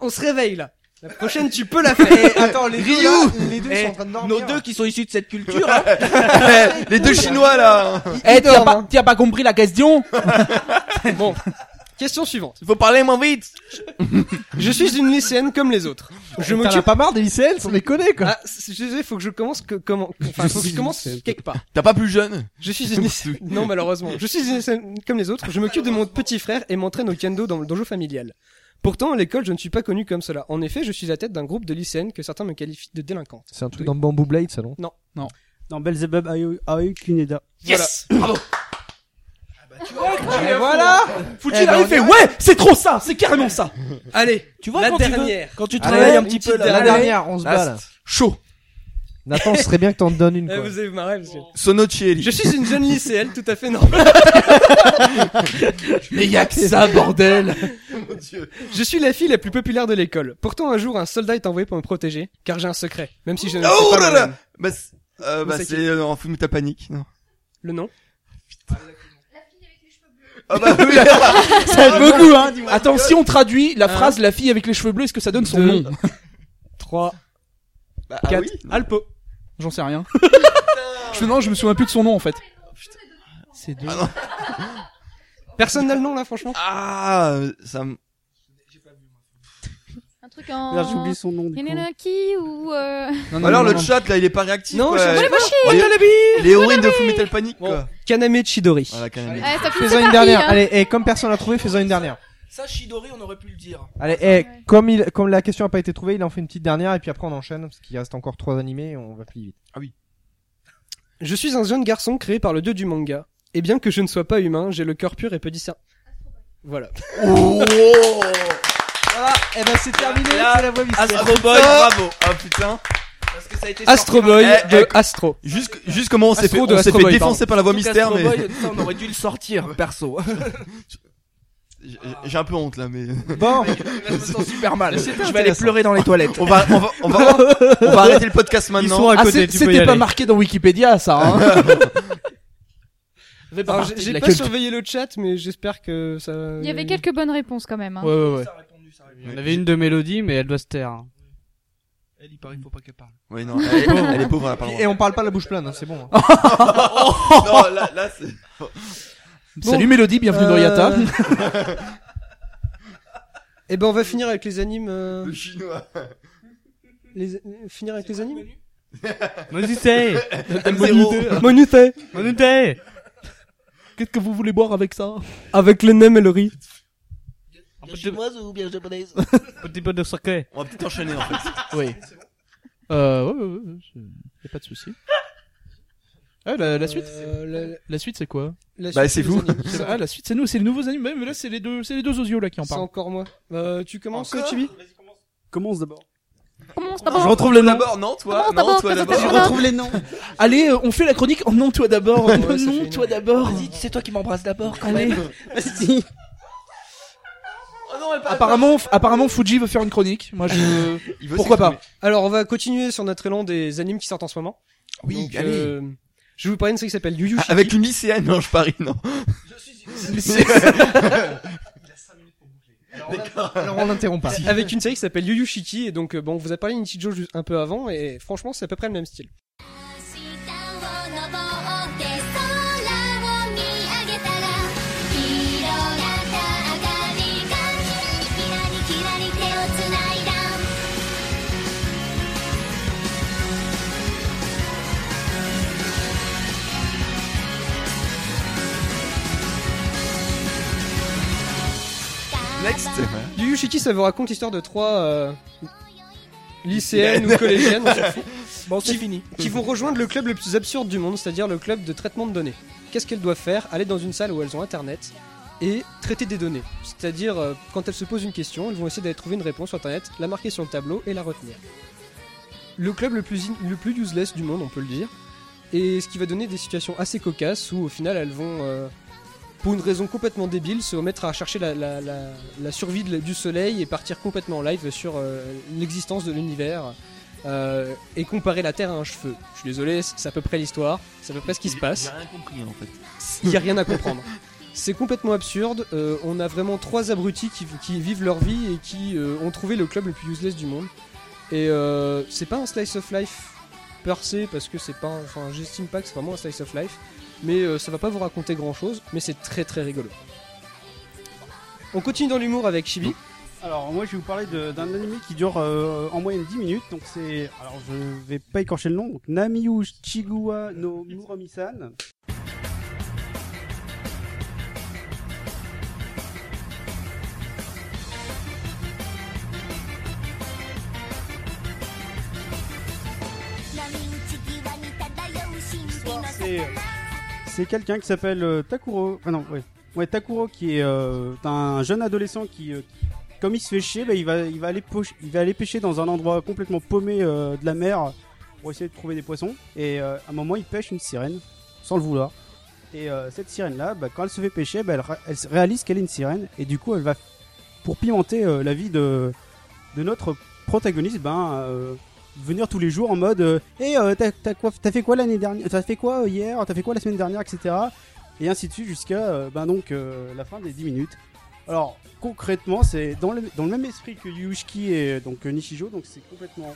on- on se réveille là. La prochaine, tu peux la faire.
Et attends, les deux, là, les deux
Eh,
sont en train de dormir.
Nos deux qui sont issus de cette culture, hein.
Eh, Les deux chinois là.
Eh, t'as pas, t'as pas compris la question
Bon. Question suivante.
Il faut parler moins vite.
Je suis une lycéenne comme les autres. Je
T'en as
m'occupe.
pas marre des lycéennes, on les connaît, quoi.
Ah, c'est- je sais, faut que je commence que comment. Enfin, faut que je commence quelque part.
T'as pas plus jeune
Je suis une lycéenne. Non, malheureusement. Je suis une lycéenne comme les autres. Je m'occupe de mon petit frère et m'entraîne au kendo dans le dojo familial. Pourtant, à l'école, je ne suis pas connue comme cela. En effet, je suis la tête d'un groupe de lycéennes que certains me qualifient de délinquantes.
C'est un truc dans Bamboo Blade, ça, non
Dans ah Belzebub Aoi Aoi Kuneda.
Yes
Ah bah,
Et voilà!
Foutu, il arrive, il fait ouais, c'est trop ça, c'est carrément ça.
Allez,
Tu vois,
La
quand tu veux-
dernière.
quand tu
Allez,
travailles un
une
petit
petite
peu là.
dernière,
Allez.
on se bat,
Last.
là.
Chaud.
Nathan, ce serait bien que t'en donnes une,
Eh,
quoi.
vous avez marré, monsieur.
Sonochielli.
Je suis une jeune lycéenne tout à fait normale.
Mais y a que ça, bordel.
Je suis la fille la plus populaire de l'école. Pourtant, un jour, un soldat est envoyé pour me protéger, car j'ai un secret, même si je ne le sais
Oh
pas
là
moi-même.
là Bah, c'est- euh, bah
c'est qui
c'est euh, en fout ta panique. Non.
Le nom
Ah bah oui.
Ça me beaucoup, hein. Attends, si on traduit la phrase la fille avec les cheveux bleus, est-ce que ça donne son
Deux.
nom
3.
Bah, ah
Quatre.
oui.
Alpo. J'en sais rien. je, non, je me souviens plus de son nom en fait. C'est deux.
Personne n'a le nom là, franchement.
Ah, euh, ça me...
Un truc en.
Merde, j'oublie son nom, du
Il
coup.
y en a un qui ou. euh,
Non, non,
Alors
non,
le
non.
chat là, il est pas réactif.
Non,
quoi.
je voulais
Les- L'héroïne de Fullmetal Panic
Bon.
quoi.
Kaname Chidori.
Voilà, quand même.
Ouais, ah, ça finit
Fais-en
c'est
une
par I,
dernière.
hein.
Allez, et comme personne l'a trouvé, fais-en une dernière.
Ça, Shidori, on aurait pu le dire.
Allez, eh, comme il, comme la question a pas été trouvée, il en fait une petite dernière et puis après on enchaîne parce qu'il reste encore trois animés, et on va plus vite.
Je suis un jeune garçon créé par le dieu du manga. Et bien que je ne sois pas humain, j'ai le cœur pur et peu discern. Voilà.
Voilà, et ben c'est terminé. C'est la voix mystère.
Astro Boy, Ah, bravo. Ah putain.
Parce que ça a été
Astro Boy
Eh,
de
eh,
Astro.
Juste, juste comment on s'est
Astro
fait,
de
on s'est
Astro
fait
Boy,
défoncer par la voix mystère, mais
on aurait dû le sortir, perso.
J'ai- j'ai un peu honte là, mais
Bon,
je me sens super mal. Je vais aller
intéressant.
pleurer dans les toilettes.
on va, on va, on va, on va arrêter le podcast maintenant.
Ah, c'est- c'était pas marqué dans Wikipédia ça. Hein.
Alors, j'ai- J'ai
la
pas
culture.
surveillé le chat, mais j'espère que ça.
Il y avait quelques bonnes réponses quand même. hein.
ouais ouais ouais.
On avait une de mélodie, mais elle doit se taire.
Elle, il paraît qu'il faut pas qu'elle parle.
Ouais, non, elle, est pauvre, elle est pauvre, elle a pas le
et on parle pas la bouche pleine, hein, c'est bon. hein.
droit. Non, là, là, c'est.
Bon.
Salut Mélodie,
Euh.
bienvenue dans Yata.
Et ben on va finir avec les animes. euh,
Le chinois.
les... euh, Finir avec les animes.
Monutei
Zéro.
Monutei
Monutei
Qu'est-ce que vous voulez boire avec ça
avec le nem et le riz.
Chinoise ou bien japonaise
Petit peu de sake.
On va peut-être enchaîner en fait.
Oui. Euh, ouais, ouais, ouais, ouais, y a pas de souci. Ah, la, la suite
Euh, la-
La suite, c'est quoi
la
Bah,
suite
c'est
des
vous.
animes.
C'est- Ah, la suite, c'est nous, c'est les nouveaux animés, mais là, c'est les deux, c'est les deux osios là qui en
C'est
parlent.
encore moi. Euh, tu commences, Chibi
Commence d'abord.
Commence d'abord.
retrouve le nom.
D'abord, non, toi,
Ah
Comment
non,
d'abord,
toi
comment
d'abord.
d'abord Je retrouve
les noms.
Allez, euh, on fait la chronique. Oh non, toi d'abord.
Ouais,
Non,
ça fait
non,
une
toi
heure.
d'abord.
Vas-y, c'est toi qui m'embrasse d'abord.
Allez, vas-y. Apparemment, f- apparemment, Fuji veut faire une chronique. Moi, je.
Il veut
Pourquoi pas
s'exprimer.
Alors on va continuer sur notre élan des animes qui sortent en ce moment.
Oui,
Donc,
allez.
euh, je vais vous parler d'une série qui s'appelle Yu Yu
Ah,
Shiki.
avec une lycéenne, non, je parie, non.
C'est-
Alors on l'interrompt pas.
Avec une série qui s'appelle Yu Yu Shiki et donc euh, bon, on vous a parlé Nichi Joe juste un peu avant et franchement, c'est à peu près le même style.
「下を登って空を見上げたら」「広がった明かりがキラリキラリキラリ手をつないだ」
Next.
Yu Yu Shiki, ça vous raconte l'histoire de trois euh, lycéennes ou collégiennes, on s'en fout,
Bon, c'est
qui,
fini.
qui vont rejoindre le club le plus absurde du monde, c'est-à-dire le club de traitement de données. Qu'est-ce qu'elles doivent faire Aller dans une salle où elles ont internet et traiter des données. C'est-à-dire, euh, quand elles se posent une question, elles vont essayer d'aller trouver une réponse sur internet, la marquer sur le tableau et la retenir. Le club le plus, in- le plus useless du monde, on peut le dire. Et ce qui va donner des situations assez cocasses où au final elles vont, euh, pour une raison complètement débile, se remettre à chercher la, la- la- la survie de la- du soleil et partir complètement en live sur euh, l'existence de l'univers euh, et comparer la Terre à un cheveu. Je suis désolé, c'est à peu près l'histoire, c'est à peu près ce qui se passe.
J'ai rien compris, en fait.
Il n'y a rien à comprendre. C'est complètement absurde. euh, on a vraiment trois abrutis qui, qui vivent leur vie et qui euh, ont trouvé le club le plus useless du monde. Et euh, c'est pas un slice of life percé parce que c'est pas. un- Enfin, j'estime pas que c'est vraiment un slice of life. Mais euh, ça va pas vous raconter grand chose. Mais c'est très très rigolo. On continue dans l'humour avec Chibi.
Alors moi je vais vous parler de- d'un anime qui dure euh, en moyenne 10 minutes donc c'est alors je vais pas écorcher le nom donc Namiyu Chiguwa no Muromi-san. C'est c'est quelqu'un qui s'appelle euh, Takuro. Ah non, ouais. Ouais, Takuro qui est euh, un jeune adolescent qui, euh, qui- comme il se fait chier, bah, il va il va aller poche- il va aller pêcher dans un endroit complètement paumé euh, de la mer pour essayer de trouver des poissons et euh, à un moment il pêche une sirène sans le vouloir. Et euh, cette sirène là, quand elle se fait pêcher, bah, elle, ra- elle se réalise qu'elle est une sirène et du coup elle va pour pimenter euh, la vie de de notre protagoniste, ben euh, venir tous les jours en mode euh, Hey, euh, t'as, t'as quoi- t'as fait quoi l'année dernière T'as fait quoi euh, hier T'as fait quoi la semaine dernière etc. Et ainsi de suite jusqu'à euh, ben donc euh, la fin des 10 minutes. Alors concrètement, c'est dans le, dans le même esprit que Yushiki et donc euh, Nishijo, donc c'est complètement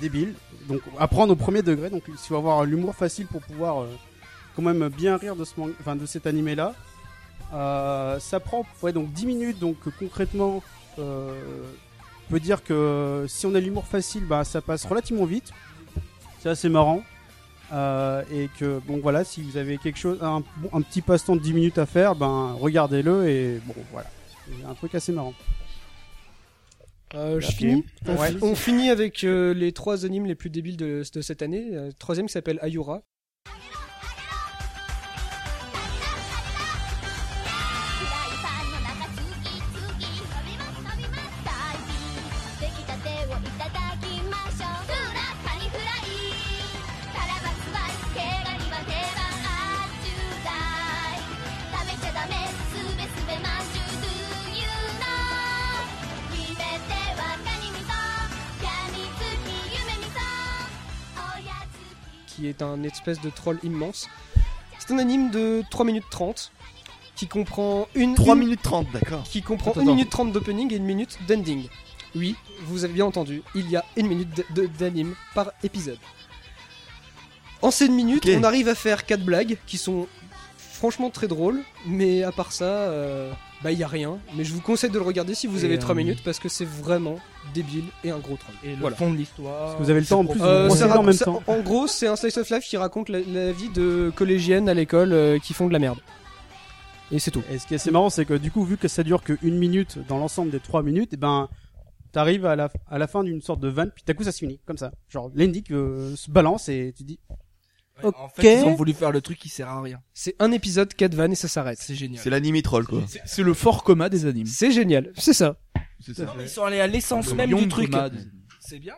débile. Donc à prendre au premier degré, donc il faut avoir l'humour facile pour pouvoir euh, quand même bien rire de ce manga- enfin de cet animé là. ça prend ouais donc 10 minutes donc euh, concrètement euh, on peut dire que si on a l'humour facile bah ça passe relativement vite c'est assez marrant Euh, et que bon voilà si vous avez quelque chose un, bon, un petit passe-temps de 10 minutes à faire ben regardez-le et bon voilà C'est un truc assez marrant
Euh, je
Ok.
finis. On,
Ouais.
fi- on finit avec euh, les trois animes les plus débiles de, de cette année. Euh, troisième qui s'appelle Ayura. qui est un espèce de troll immense. C'est un anime de 3 minutes 30 qui comprend une
3
une-
minutes 30, d'accord.
qui comprend
Attends,
1
attends.
minute 30 d'opening et 1 minute d'ending. Oui, vous avez bien entendu, il y a 1 minute de- de- d'anime par épisode. En ces 1 minute,
Ok.
on arrive à faire 4 blagues qui sont franchement très drôles, mais à part ça, euh, bah il y a rien. Mais je vous conseille de le regarder si vous
Et,
avez 3
euh,
minutes parce que c'est vraiment débile et un gros troll.
Et le
Voilà.
fond de l'histoire.
vous avez le temps en plus
Euh,
vous procédez
ça
en
raconte-
même
ça-
temps
en gros, c'est un slice of life qui raconte la, la vie de collégiennes à l'école euh, qui font de la merde. Et c'est tout.
Et ce qui est assez marrant, c'est que du coup, vu que ça dure que une minute dans l'ensemble des trois minutes, eh ben, t'arrives à la, à la fin d'une sorte de van, puis d'un coup, ça se finit, comme ça. Genre, l'ending euh, se balance et tu dis,
Ouais, En
Ok.
fait, ils ont voulu faire le truc qui sert à rien.
C'est un épisode, 4 vannes et ça s'arrête.
C'est génial.
C'est l'anime troll, quoi.
C'est- C'est le fort coma des animes.
C'est génial, c'est ça.
C'est
Non, mais ils sont allés à l'essence
Le
même
lion
du
de
truc.
coma des animes.
C'est bien.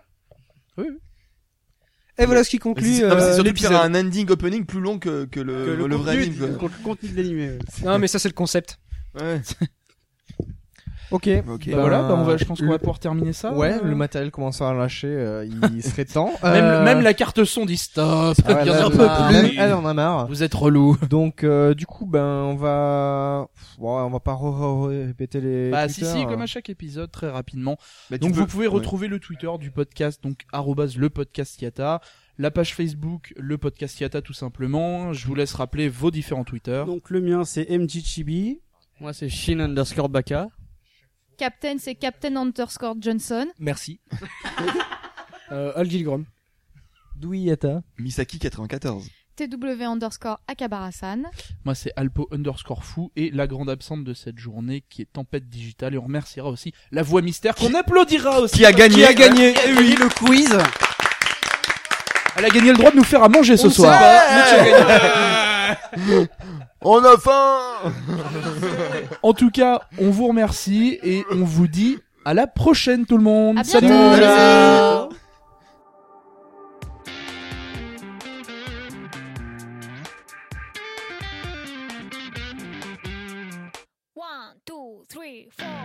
Et voilà ce qui conclut
Ah, C'est non, mais c'est
euh,
surtout de faire
l'épisode.
un ending opening plus long que, que le,
que
le vrai
contenu,
anime.
le contenu de l'anime.
Non mais ça c'est le concept.
quoi. Ouais.
Ok.
Bah voilà, bah on va- je pense qu'on va pouvoir terminer ça.
Ouais,
euh.
le matériel commence à lâcher, euh, il serait temps.
Même,
Euh,
même la carte son dit stop.
Ah ouais,
il y en
là,
a un
là,
peu
là,
plus.
Elle en a marre.
Vous êtes relou.
Donc euh, du coup ben on va Pff, ouais, on va pas re- re- répéter les
Bah si
Twitter,
si
hein.
comme à chaque épisode très rapidement.
Bah, tu
donc
peux-
vous pouvez
ouais.
retrouver le Twitter du podcast donc arrobase le podcast Yata, la page Facebook le podcast Yata tout simplement. Je vous laisse rappeler vos différents Twitter.
Donc le mien c'est MGChibi.
Moi c'est Shin underscore Baka.
Captain, c'est Captain underscore Johnson.
Merci.
euh, Al Gilgrom. Douyata.
Misaki94.
TW underscore Akabarasan.
Moi, c'est Alpo underscore fou et la grande absente de cette journée qui est Tempête Digitale. Et on remerciera aussi la voix mystère qu'on applaudira aussi.
qui a gagné.
Qui a gagné.
Qui a
Eh
gagné
oui.
le quiz.
Elle a gagné le droit de nous faire à manger ce
On
soir.
sait pas, mais tu as gagné. On a faim
En tout cas, on vous remercie et on vous dit à la prochaine tout le monde.
À
Salut.
bientôt, bisous.
One, two, three, four.